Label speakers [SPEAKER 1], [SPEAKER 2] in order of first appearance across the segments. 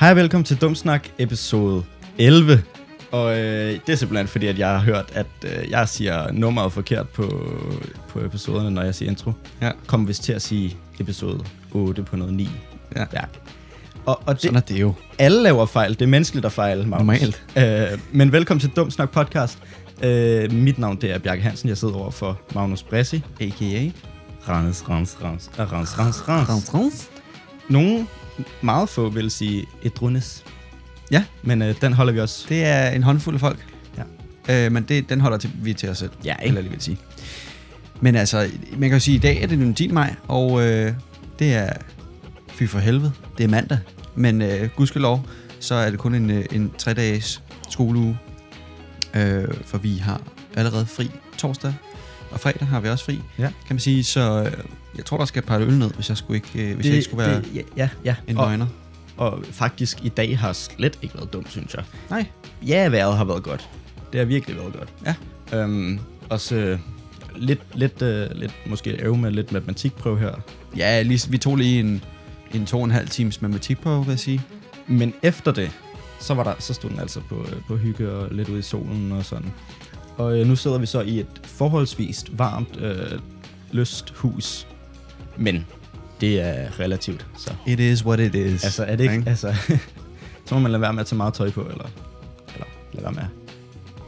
[SPEAKER 1] Hej og velkommen til Dumsnak episode 11. Og øh, det er simpelthen fordi, at jeg har hørt, at øh, jeg siger nummeret forkert på, på episoderne, når jeg siger intro.
[SPEAKER 2] Ja.
[SPEAKER 1] Kom vist til at sige episode 8 på noget 9.
[SPEAKER 2] Ja.
[SPEAKER 1] ja. Og, og det,
[SPEAKER 2] Sådan er det jo.
[SPEAKER 1] alle laver fejl. Det er menneskeligt at fejle, Magnus.
[SPEAKER 2] Normalt.
[SPEAKER 1] Øh, men velkommen til Dum Snak Podcast. Øh, mit navn det er Bjarke Hansen. Jeg sidder over for Magnus Bressi.
[SPEAKER 2] A.k.a.
[SPEAKER 1] Rans, rans, rans, Ah, rans, rans, rans.
[SPEAKER 2] Trans.
[SPEAKER 1] Nogle meget få vil sige et rundes.
[SPEAKER 2] Ja.
[SPEAKER 1] Men øh, den holder vi også.
[SPEAKER 2] Det er en håndfuld af folk.
[SPEAKER 1] Ja.
[SPEAKER 2] Øh, men det, den holder til, vi til os selv.
[SPEAKER 1] Ja, ikke?
[SPEAKER 2] Eller det vil sige. Men altså, man kan jo sige, at i dag er det den 10. maj, og øh, det er fy for helvede. Det er mandag. Men øh, gudskelov, så er det kun en, øh, en tre-dages skoleuge. Øh, for vi har allerede fri torsdag, og fredag har vi også fri,
[SPEAKER 1] Ja.
[SPEAKER 2] kan man sige. Så øh, jeg tror, der skal et par øl ned, hvis jeg skulle ikke, øh, hvis det, jeg ikke skulle være det,
[SPEAKER 1] det, ja, ja, ja.
[SPEAKER 2] en
[SPEAKER 1] og,
[SPEAKER 2] nøgner.
[SPEAKER 1] og faktisk i dag har slet ikke været dumt, synes jeg.
[SPEAKER 2] Nej.
[SPEAKER 1] Ja, vejret har været godt. Det har virkelig været godt.
[SPEAKER 2] Ja.
[SPEAKER 1] Øhm, også øh, lidt, lidt, øh, lidt, måske øve med lidt matematikprøve her.
[SPEAKER 2] Ja, lige, vi tog lige en, en to og en halv times matematikprøve, vil jeg sige.
[SPEAKER 1] Men efter det, så, var der, så stod den altså på, øh, på hygge og lidt ude i solen og sådan. Og øh, nu sidder vi så i et forholdsvist varmt øh, lysthus. Men det er relativt, så.
[SPEAKER 2] It is what it is.
[SPEAKER 1] Altså, er det ikke...
[SPEAKER 2] Ikke?
[SPEAKER 1] Altså, så må man lade være med at tage meget tøj på, eller... Eller lade være med at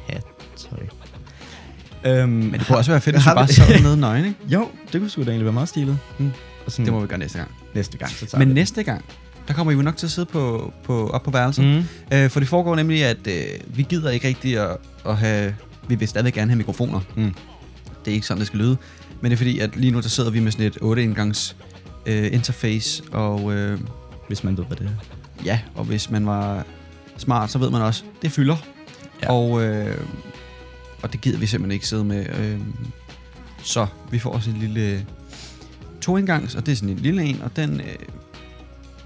[SPEAKER 1] have tøj. Øhm,
[SPEAKER 2] Men det kunne også være fedt, hvis
[SPEAKER 1] Har
[SPEAKER 2] vi
[SPEAKER 1] vi-
[SPEAKER 2] bare sad nede nøgen, ikke?
[SPEAKER 1] Jo, det kunne sgu da egentlig være meget stilet.
[SPEAKER 2] Mm.
[SPEAKER 1] Og sådan,
[SPEAKER 2] Det må vi gøre næste gang.
[SPEAKER 1] næste gang, så tager
[SPEAKER 2] Men
[SPEAKER 1] vi det.
[SPEAKER 2] næste gang, der kommer I jo nok til at sidde på, på, op på værelset.
[SPEAKER 1] Mm.
[SPEAKER 2] Mm. Øh, for det foregår nemlig, at øh, vi gider ikke rigtigt at, at have... Vi vil stadig gerne have mikrofoner.
[SPEAKER 1] Mm.
[SPEAKER 2] Det er ikke sådan, det skal lyde. Men det er fordi, at lige nu der sidder vi med sådan et 8-indgangs øh, interface. Og øh,
[SPEAKER 1] Hvis man ved, hvad det er.
[SPEAKER 2] ja, og hvis man var smart, så ved man også, det fylder.
[SPEAKER 1] Ja.
[SPEAKER 2] Ja. Og, øh, og det gider vi simpelthen ikke sidde med. Øh, så vi får også en lille toindgangs, og det er sådan en lille en, og den øh,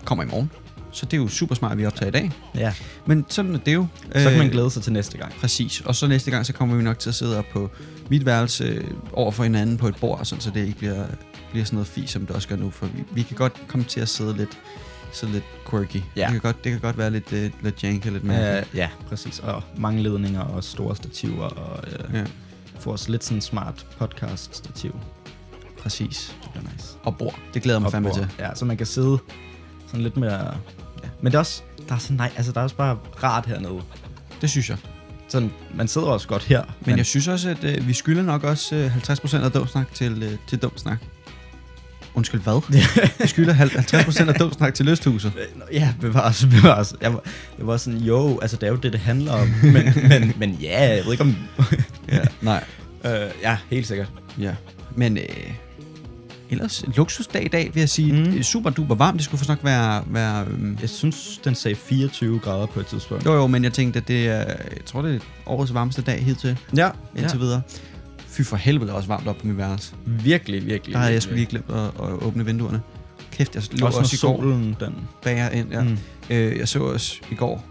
[SPEAKER 2] kommer i morgen. Så det er jo super smart, at vi optager i dag.
[SPEAKER 1] Ja.
[SPEAKER 2] Men sådan er det jo.
[SPEAKER 1] Så kan man
[SPEAKER 2] Øh,
[SPEAKER 1] glæde sig til næste gang.
[SPEAKER 2] Præcis. Og så næste gang, så kommer vi nok til at sidde op på mit værelse øh, over for hinanden på et bord, sådan, så det ikke bliver, bliver sådan noget fis, som det også gør nu. For vi, vi kan godt komme til at sidde lidt, sidde lidt quirky.
[SPEAKER 1] Ja.
[SPEAKER 2] Det, kan godt, det kan godt være lidt, øh, lidt janky, lidt mærkeligt.
[SPEAKER 1] Øh, ja, præcis. Og mange ledninger og store stativer, og øh,
[SPEAKER 2] Ja.
[SPEAKER 1] får os lidt sådan smart podcast-stativ.
[SPEAKER 2] Præcis.
[SPEAKER 1] Det bliver nice.
[SPEAKER 2] Og bord. Det glæder jeg mig
[SPEAKER 1] Og
[SPEAKER 2] fandme
[SPEAKER 1] bord.
[SPEAKER 2] til.
[SPEAKER 1] Ja, så man kan sidde sådan lidt mere... Ja. Men det er også, der er sådan, nej, altså der er også bare rart hernede.
[SPEAKER 2] Det synes jeg.
[SPEAKER 1] Sådan, man sidder også godt her.
[SPEAKER 2] Men, Men jeg synes også, at øh, vi skylder nok også øh, 50% af dumsnak til, øh, til dumsnak. Undskyld, hvad? vi skylder hal- 50% af dumsnak til lysthuset.
[SPEAKER 1] Øh, nå, Ja, bevares, bevares. Jeg var, jeg var sådan, jo, altså det er jo det, det handler om. Men, men, men ja, jeg ved ikke om...
[SPEAKER 2] ja, nej.
[SPEAKER 1] øh, ja, helt sikkert.
[SPEAKER 2] Ja. Men øh, ellers en luksusdag i dag, vil jeg sige.
[SPEAKER 1] Mm.
[SPEAKER 2] Mm. Det er super duper varmt. Det skulle faktisk nok være... være øh,
[SPEAKER 1] Jeg synes, den sagde 24 grader på et tidspunkt.
[SPEAKER 2] jo, jo, men jeg tænkte, at det er... Jeg tror, det er årets varmeste dag hidtil.
[SPEAKER 1] Ja,
[SPEAKER 2] Indtil ja. videre. Fy for helvede, det er også varmt op på mit værelse.
[SPEAKER 1] Virkelig, virkelig.
[SPEAKER 2] Der havde jeg sgu lige glemt at, at åbne vinduerne. Kæft, jeg lå
[SPEAKER 1] Også,
[SPEAKER 2] også,
[SPEAKER 1] når
[SPEAKER 2] også i går.
[SPEAKER 1] solen, den...
[SPEAKER 2] bager ind. Ja.
[SPEAKER 1] Mm.
[SPEAKER 2] Mm. Øh, jeg så også i går,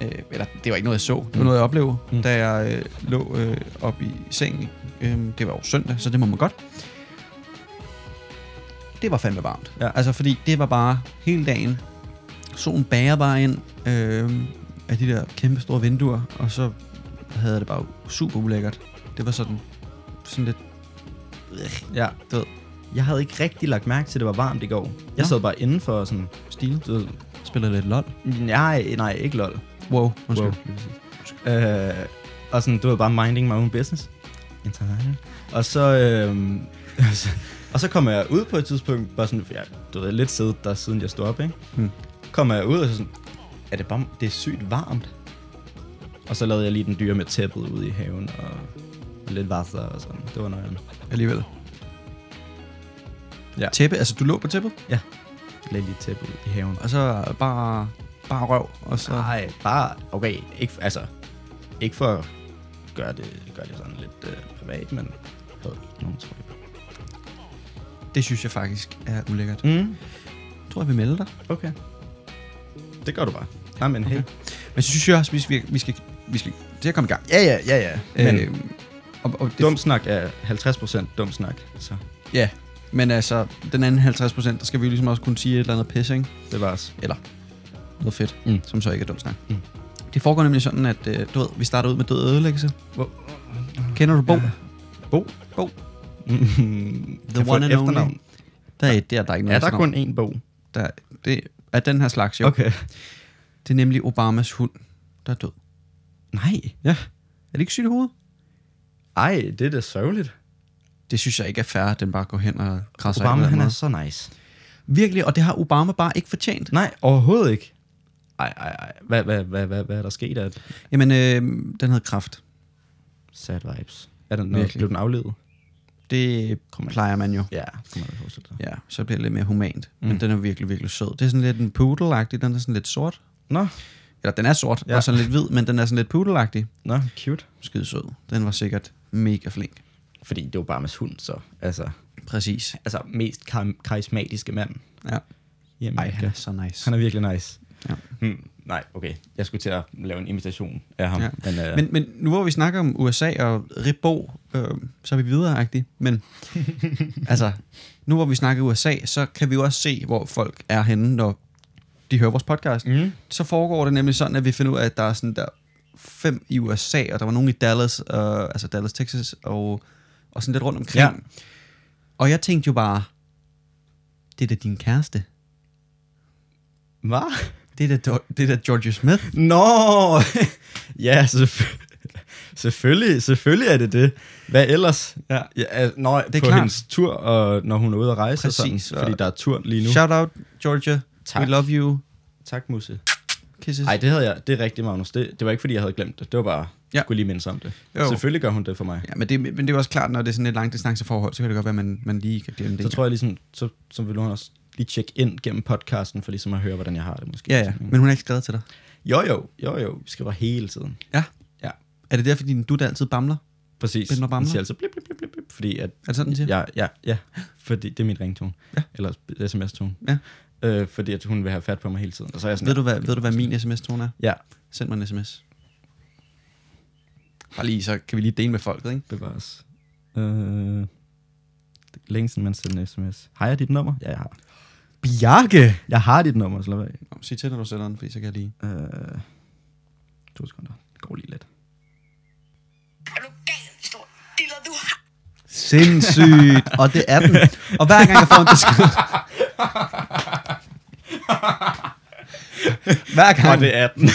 [SPEAKER 2] øh, eller det var ikke noget, jeg så, det var noget, jeg oplevede,
[SPEAKER 1] Mm.
[SPEAKER 2] mm. da jeg øh, lå øh, op i sengen. Øh, det var jo søndag, så det må man godt. Det var fandme varmt.
[SPEAKER 1] Ja.
[SPEAKER 2] Altså, fordi det var bare hele dagen. Solen bager bare ind øh, af de der kæmpe store vinduer, og så havde jeg det bare super ulækkert. Det var sådan, sådan lidt...
[SPEAKER 1] Ja,
[SPEAKER 2] Du ved.
[SPEAKER 1] Jeg havde ikke rigtig lagt mærke til, at det var varmt i går. Jeg
[SPEAKER 2] Nå.
[SPEAKER 1] sad bare indenfor og sådan...
[SPEAKER 2] Stilet.
[SPEAKER 1] Du, ved,
[SPEAKER 2] Spillede lidt lol.
[SPEAKER 1] nej, nej, ikke lol.
[SPEAKER 2] Wow, undskyld.
[SPEAKER 1] Wow. Øh, og sådan, du ved, bare minding my own business. Interessant. Og så, øh, og så kommer jeg ud på et tidspunkt, bare sådan, for jeg, du ved, lidt siddet der, siden jeg stod op, ikke?
[SPEAKER 2] Hmm.
[SPEAKER 1] Kommer jeg ud og så sådan, er det bare, det er sygt varmt. Og så lavede jeg lige den dyre med tæppet ude i haven, og lidt vasser og sådan. Det var nøjeren.
[SPEAKER 2] alligevel.
[SPEAKER 1] Ja.
[SPEAKER 2] Ja. Tæppe, altså du lå på tæppet,
[SPEAKER 1] Lagde lige tæppet ud i haven.
[SPEAKER 2] og så bare, bare røv, og så...
[SPEAKER 1] Nej, bare, okay, ikke, altså, ikke for at gøre det, gøre det sådan lidt øh, privat, men jeg havde ikke nogen tøj på.
[SPEAKER 2] Det synes jeg faktisk er ulækkert.
[SPEAKER 1] Mm.
[SPEAKER 2] Jeg tror, jeg vil melde dig.
[SPEAKER 1] Okay. Det gør du bare. Nej, men hey.
[SPEAKER 2] Men så synes jeg også, vi skal, vi skal, vi skal til at komme i gang.
[SPEAKER 1] Ja, ja, ja, ja. Men øh,
[SPEAKER 2] Øhm, og, og det,
[SPEAKER 1] dum snak er 50% dum snak, så
[SPEAKER 2] Ja, men altså, den anden 50 procent, der skal vi jo ligesom også kunne sige et eller andet pis, ikke?
[SPEAKER 1] det var os.
[SPEAKER 2] Eller, noget fedt,
[SPEAKER 1] Mm.
[SPEAKER 2] som så ikke er dum snak.
[SPEAKER 1] Mm.
[SPEAKER 2] Det foregår nemlig sådan, at øh, du ved, vi starter ud med død og ødelæggelse.
[SPEAKER 1] Hvor-
[SPEAKER 2] Kender du Bo? Ja.
[SPEAKER 1] Bo?
[SPEAKER 2] Bo.
[SPEAKER 1] Mm, kan jeg få
[SPEAKER 2] one
[SPEAKER 1] et
[SPEAKER 2] and only.
[SPEAKER 1] efternavn?
[SPEAKER 2] Der er, der, er der ikke noget
[SPEAKER 1] Er der
[SPEAKER 2] efternavn.
[SPEAKER 1] kun én bog?
[SPEAKER 2] Der, det er den her slags, jo. Okay.
[SPEAKER 1] Okay.
[SPEAKER 2] Det er nemlig Obamas hund, der er død.
[SPEAKER 1] Nej.
[SPEAKER 2] Ja. Er det ikke sygt i hovedet?
[SPEAKER 1] Ej, det er da sørgeligt.
[SPEAKER 2] Det synes jeg ikke er fair, at den bare går hen og krasser
[SPEAKER 1] Obama,
[SPEAKER 2] af på den
[SPEAKER 1] han er
[SPEAKER 2] måde.
[SPEAKER 1] så nice.
[SPEAKER 2] Virkelig, og det har Obama bare ikke fortjent.
[SPEAKER 1] Nej, overhovedet ikke. Ej, ej, ej. Hvad, hvad, hvad, hvad, hvad er der sket af
[SPEAKER 2] Jamen, øh, den havde kraft.
[SPEAKER 1] sad vibes? Er den noget,
[SPEAKER 2] Virkelig.
[SPEAKER 1] blev den aflevet?
[SPEAKER 2] Det plejer man jo.
[SPEAKER 1] Ja, det må jeg forestille sig.
[SPEAKER 2] Ja, så bliver det lidt mere humant. Mm. Men den er virkelig, virkelig sød. Det er sådan lidt en poodle Den er sådan lidt sort.
[SPEAKER 1] Nå,
[SPEAKER 2] Eller den er sort, ja.
[SPEAKER 1] Ja.
[SPEAKER 2] og sådan lidt hvid, men den er sådan lidt poodle
[SPEAKER 1] nå, cute.
[SPEAKER 2] Skide sød. Den var sikkert mega flink.
[SPEAKER 1] Fordi det er Obamas hund, så altså,
[SPEAKER 2] Præcis.
[SPEAKER 1] altså mest kar- karismatiske mand.
[SPEAKER 2] Ja.
[SPEAKER 1] Jamen,
[SPEAKER 2] Ej, han er så nice.
[SPEAKER 1] han er virkelig nice.
[SPEAKER 2] Ja.
[SPEAKER 1] Hmm, nej, okay. Jeg skulle til at lave en imitation af ham.
[SPEAKER 2] Ja.
[SPEAKER 1] Ja. Men, øh,
[SPEAKER 2] Men, men nu hvor vi snakker om USA og Rebo, øh, så er vi videre Men altså, nu hvor vi snakker USA, så kan vi jo også se, hvor folk er henne, når de hører vores podcast.
[SPEAKER 1] Mm.
[SPEAKER 2] Så foregår det nemlig sådan, at vi finder ud af, at der er sådan der fem i USA, og der var nogen i Dallas, øh, altså Dallas, Texas, og, og sådan lidt rundt omkring.
[SPEAKER 1] Ja.
[SPEAKER 2] Og jeg tænkte jo bare, det er da din kæreste.
[SPEAKER 1] Hvad?
[SPEAKER 2] Det er da, Do- det er da George Smith.
[SPEAKER 1] Nå! ja, selvfølgelig. Selvfølgelig, selvfølgelig er det det. Hvad ellers?
[SPEAKER 2] Ja.
[SPEAKER 1] ja al- når, det er
[SPEAKER 2] er
[SPEAKER 1] på
[SPEAKER 2] klart.
[SPEAKER 1] klart. hendes tur, og når hun er ude at rejse
[SPEAKER 2] Præcis,
[SPEAKER 1] og sådan,
[SPEAKER 2] og-
[SPEAKER 1] fordi der er tur lige nu.
[SPEAKER 2] Shout out, Georgia.
[SPEAKER 1] Tak.
[SPEAKER 2] We love you.
[SPEAKER 1] Tak, Musse.
[SPEAKER 2] Kisses.
[SPEAKER 1] Nej, det havde jeg. Det er rigtigt, Magnus. Det, det var ikke, fordi jeg havde glemt det. Det var bare,
[SPEAKER 2] Ja.
[SPEAKER 1] ja. skulle lige mindes om det.
[SPEAKER 2] Jo.
[SPEAKER 1] Jo. Selvfølgelig gør hun det for mig.
[SPEAKER 2] Ja, men det, men det er jo også klart, når det er sådan et langdistanceforhold, så kan det godt være, at man, man lige kan glemme det.
[SPEAKER 1] Så tror jeg ligesom, så, så ville hun også lige tjekke ind gennem podcasten, for ligesom at høre, hvordan jeg har det måske.
[SPEAKER 2] Ja, ja, men hun er ikke skrevet til dig.
[SPEAKER 1] Jo, jo, jo, jo. Vi skriver hele tiden.
[SPEAKER 2] Ja.
[SPEAKER 1] Ja.
[SPEAKER 2] Er det derfor, din dutte altid bamler?
[SPEAKER 1] Præcis.
[SPEAKER 2] Den var bamler?
[SPEAKER 1] Den siger altså blip, blip, blip, blip, blip, fordi at
[SPEAKER 2] Er det sådan, den siger?
[SPEAKER 1] Ja, ja, ja. Fordi det er mit ringtone.
[SPEAKER 2] Ja.
[SPEAKER 1] Eller sms-tone.
[SPEAKER 2] Ja.
[SPEAKER 1] Øh, fordi at hun vil have fat på mig hele tiden. Og så er jeg sådan,
[SPEAKER 2] Ved, du, hvad, ved du, hvad min sms-tone er?
[SPEAKER 1] ja,
[SPEAKER 2] Send mig en sms. Bare lige, så kan vi lige dele med folket, ikke?
[SPEAKER 1] bevares. Øh, det er længe siden man sendte en sms. Har jeg dit nummer? Ja, jeg har. Bjarke! Jeg har dit nummer, slap af.
[SPEAKER 2] Nå, sig til, når du sender den, fordi så kan jeg lige...
[SPEAKER 1] Øh, to sekunder. Det går lige lidt.
[SPEAKER 3] Er du gal, stor diller, du har?
[SPEAKER 2] Sindssygt! og det er den. Og hver gang jeg får en besked... hver gang...
[SPEAKER 1] Og det er den.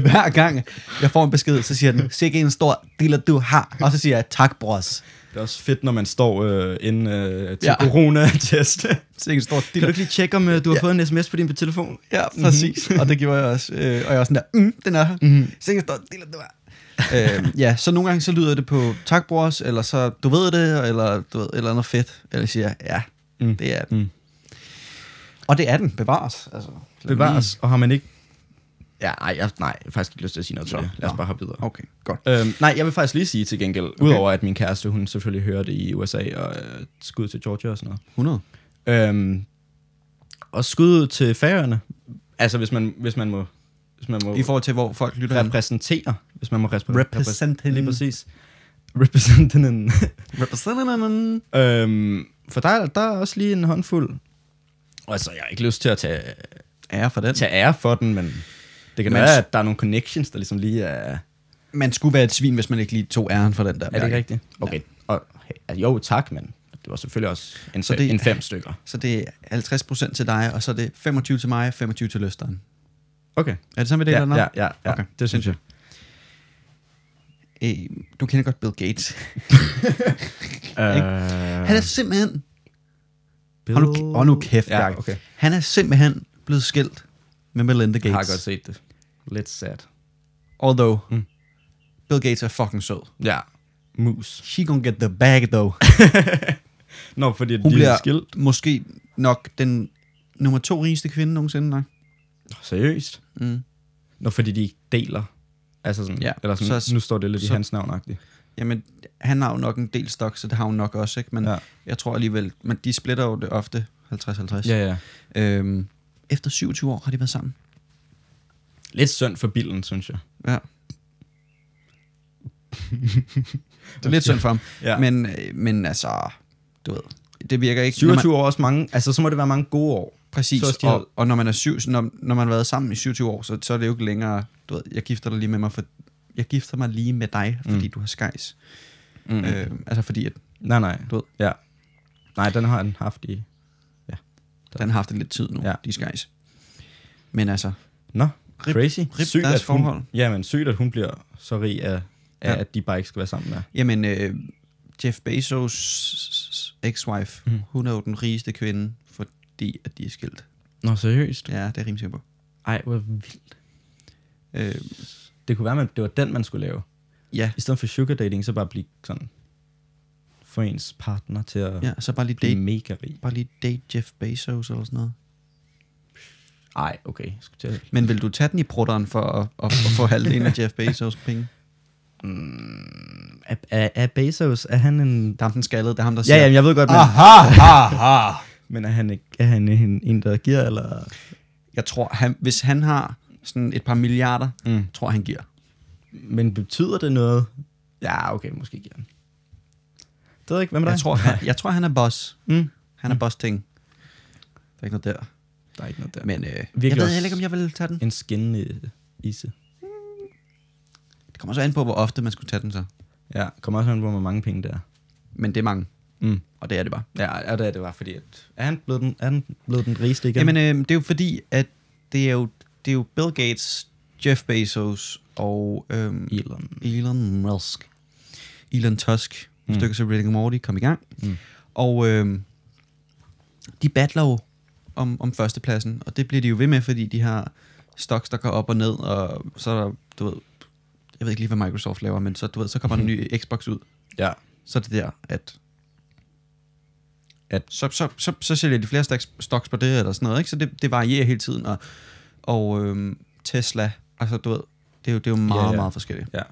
[SPEAKER 2] Hver gang jeg får en besked, så siger den, sikke en stor dealer du har. Og så siger jeg, tak bros.
[SPEAKER 1] Det er også fedt, når man står øh, inde øh, til
[SPEAKER 2] Ja.
[SPEAKER 1] ja. corona-test.
[SPEAKER 2] Sikke en stor
[SPEAKER 1] kan du ikke lige tjekke, om øh, du har ja. fået en sms på din telefon?
[SPEAKER 2] Ja, præcis. Mm-hmm. Og det gjorde jeg også. Øh, og jeg var sådan der, mm, den er her.
[SPEAKER 1] Mhm.
[SPEAKER 2] Mm-hmm. Sikke en stor dealer du har. øh, ja, så nogle gange så lyder det på tak bros, eller så du ved det, eller du ved, et eller andet fedt. Eller siger, jeg, ja, mm.
[SPEAKER 1] Mm.
[SPEAKER 2] det er den. Mm.
[SPEAKER 1] Mm.
[SPEAKER 2] Og det er den, bevares. Altså,
[SPEAKER 1] Bevares, og har man ikke... Ja, ej, jeg, nej, jeg har faktisk ikke lyst til at sige noget
[SPEAKER 2] Så,
[SPEAKER 1] til det. Lad os
[SPEAKER 2] nå.
[SPEAKER 1] bare hoppe videre.
[SPEAKER 2] Okay, godt.
[SPEAKER 1] Øhm, nej, jeg vil faktisk lige sige til gengæld, okay. udover at min kæreste, hun selvfølgelig hører det i USA, og øh, skud til Georgia og sådan
[SPEAKER 2] 100.
[SPEAKER 1] noget. Øhm, og skud til færøerne. Altså, hvis man, hvis man må, hvis man må
[SPEAKER 2] I forhold til, hvor folk lytter hen.
[SPEAKER 1] repræsentere. Hvis man må repræsentere.
[SPEAKER 2] Representen.
[SPEAKER 1] Lige præcis. Representinen.
[SPEAKER 2] Representative.
[SPEAKER 1] øhm, for der, der er også lige en håndfuld. Og altså, jeg har ikke lyst til at tage,
[SPEAKER 2] Ære for den.
[SPEAKER 1] tage ære for den, men det kan
[SPEAKER 2] Men-
[SPEAKER 1] men, være, at der er nogle connections, der ligesom lige er...
[SPEAKER 2] Man skulle være et svin, hvis man ikke lige tog æren for den der.
[SPEAKER 1] Er det
[SPEAKER 2] mærke.
[SPEAKER 1] ikke rigtigt? Okay. Og, altså, jo, tak, men det var selvfølgelig også en,
[SPEAKER 2] Så
[SPEAKER 1] så
[SPEAKER 2] det-
[SPEAKER 1] det, en fem stykker.
[SPEAKER 2] Så det er 50% til dig, og så er det 25 til mig, 25 til løsteren.
[SPEAKER 1] Okay.
[SPEAKER 2] Er det sådan, vi
[SPEAKER 1] Ja,
[SPEAKER 2] deler den op?
[SPEAKER 1] ja, ja, ja.
[SPEAKER 2] Okay.
[SPEAKER 1] det synes jeg.
[SPEAKER 2] Øh, du kender godt Bill Gates.
[SPEAKER 1] Øh,
[SPEAKER 2] Han er simpelthen... Hold nu, hold nu kæft,
[SPEAKER 1] ja,
[SPEAKER 2] Bjarke.
[SPEAKER 1] okay.
[SPEAKER 2] Han er simpelthen blevet skilt med Melinda Gates.
[SPEAKER 1] Jeg har godt set det. Lidt sad.
[SPEAKER 2] Although, mm. Bill Gates er fucking sød.
[SPEAKER 1] Ja. Mus.
[SPEAKER 2] She gonna get the bag, though.
[SPEAKER 1] Nå, fordi
[SPEAKER 2] Hun
[SPEAKER 1] de
[SPEAKER 2] bliver
[SPEAKER 1] er skilt.
[SPEAKER 2] måske nok den nummer to rigeste kvinde nogensinde, nej?
[SPEAKER 1] Seriøst?
[SPEAKER 2] Mm.
[SPEAKER 1] Nå, fordi de ikke deler. Altså sådan,
[SPEAKER 2] Ja,
[SPEAKER 1] ja. eller sådan,
[SPEAKER 2] så-
[SPEAKER 1] så, nu står det lidt i
[SPEAKER 2] så-
[SPEAKER 1] hans navn -agtigt.
[SPEAKER 2] Jamen, han har jo nok en del stok, så det har hun nok også, ikke? Men ja.
[SPEAKER 1] Ja.
[SPEAKER 2] jeg tror alligevel, men de splitter jo det ofte 50-50.
[SPEAKER 1] ja.
[SPEAKER 2] Øhm, efter 27 år har de været sammen.
[SPEAKER 1] Lidt synd for billen, synes jeg.
[SPEAKER 2] Ja. det er lidt synd for ham. Ja.
[SPEAKER 1] Ja.
[SPEAKER 2] Men, øh, men altså, du ved, det virker ikke... når
[SPEAKER 1] 27 år er også mange, altså så må det være mange gode år.
[SPEAKER 2] Præcis,
[SPEAKER 1] Så også de havde-
[SPEAKER 2] og, og når man er syv, så når, når man har været sammen i 27 år, så, så er det jo ikke længere, du ved, jeg gifter dig lige med mig, for jeg gifter mig lige med dig, fordi mm. du har skejs.
[SPEAKER 1] Mm.
[SPEAKER 2] Mm. Øh, altså fordi, at
[SPEAKER 1] Nej, nej.
[SPEAKER 2] Du ved.
[SPEAKER 1] Ja. Nej, den har han haft i...
[SPEAKER 2] den har haft det lidt tid nu, ja.
[SPEAKER 1] Ja.
[SPEAKER 2] de skejs. Men altså,
[SPEAKER 1] Nå, crazy.
[SPEAKER 2] rip deres
[SPEAKER 1] at hun,
[SPEAKER 2] forhold.
[SPEAKER 1] Jamen, sygt, at hun bliver så rig af, af
[SPEAKER 2] Ja.
[SPEAKER 1] ja. at de bare ikke skal være sammen med.
[SPEAKER 2] jamen, øh, Jeff Bezos' ex-wife, mm. hun er jo den rigeste kvinde, fordi at de er skilt.
[SPEAKER 1] Nå, seriøst?
[SPEAKER 2] Ja, det er jeg rimelig sikker på.
[SPEAKER 1] Ej, hvor vildt.
[SPEAKER 2] Øh,
[SPEAKER 1] Det kunne være, at det var den, man skulle lave.
[SPEAKER 2] ja,
[SPEAKER 1] I stedet for sugar dating, så bare blive sådan... Få ens partner til at ja.
[SPEAKER 2] ja, så bare lige
[SPEAKER 1] blive
[SPEAKER 2] date,
[SPEAKER 1] mega rig.
[SPEAKER 2] bare lige date Jeff Bezos eller sådan noget.
[SPEAKER 1] Ej, okay. jeg Skulle til at...
[SPEAKER 2] Men vil du tage den i prutteren for at, at, at få halvdelen af Jeff Bezos' penge?
[SPEAKER 1] er, er, er Bezos, er han en...
[SPEAKER 2] Det er ham, den skaldede, det er ham, der
[SPEAKER 1] Ja,
[SPEAKER 2] siger...
[SPEAKER 1] jamen, jeg ved godt, men, ah.
[SPEAKER 2] aha, aha.
[SPEAKER 1] men er han, ikke, er han en, en, der giver, eller...
[SPEAKER 2] Jeg tror, han, hvis han har sådan et par milliarder, mm. tror jeg, han giver.
[SPEAKER 1] Men betyder det noget? Ja, okay, måske giver han. Det ved jeg ikke, hvad med dig?
[SPEAKER 2] Jeg tror, han, jeg tror, han er boss.
[SPEAKER 1] Mm.
[SPEAKER 2] Han er boss-ting. Der er ikke noget der.
[SPEAKER 1] Der er ikke noget der. Men
[SPEAKER 2] Men øh, jeg
[SPEAKER 1] Virkelig
[SPEAKER 2] ved
[SPEAKER 1] også-
[SPEAKER 2] heller ikke, om jeg vil tage den.
[SPEAKER 1] en skinnende isse.
[SPEAKER 2] Det kommer så an på, hvor ofte man skulle tage den så.
[SPEAKER 1] Ja, kommer også an på, hvor mange penge der er.
[SPEAKER 2] Men det er mange,
[SPEAKER 1] Mm.
[SPEAKER 2] og det er det bare.
[SPEAKER 1] Ja, og det er det var, fordi at, er, han blevet den, er han blevet den rigeste igen?
[SPEAKER 2] Jamen, øh, det er jo fordi, at det er jo, det er jo Bill Gates, Jeff Bezos og øhm,
[SPEAKER 1] Elon.
[SPEAKER 2] Elon Musk. Elon Tusk. Mm. Stykker til Rick and Morty kom i gang. Mm. Og øh, de battler jo om, om førstepladsen, og det bliver de jo ved med, fordi de har stocks, der går op og ned, og så er der, du ved, jeg ved ikke lige, hvad Microsoft laver, men så, du ved, så kommer der en ny Xbox ud.
[SPEAKER 1] Ja.
[SPEAKER 2] Så er det der, at,
[SPEAKER 1] At-
[SPEAKER 2] så, så, så, så sælger de flere stocks, stocks på det, eller sådan noget, ikke? Så det, det varierer hele tiden, og, og øhm, Tesla, altså du ved, det er jo, det er jo meget, ja, ja.
[SPEAKER 1] ja.
[SPEAKER 2] meget forskelligt.
[SPEAKER 1] Ja.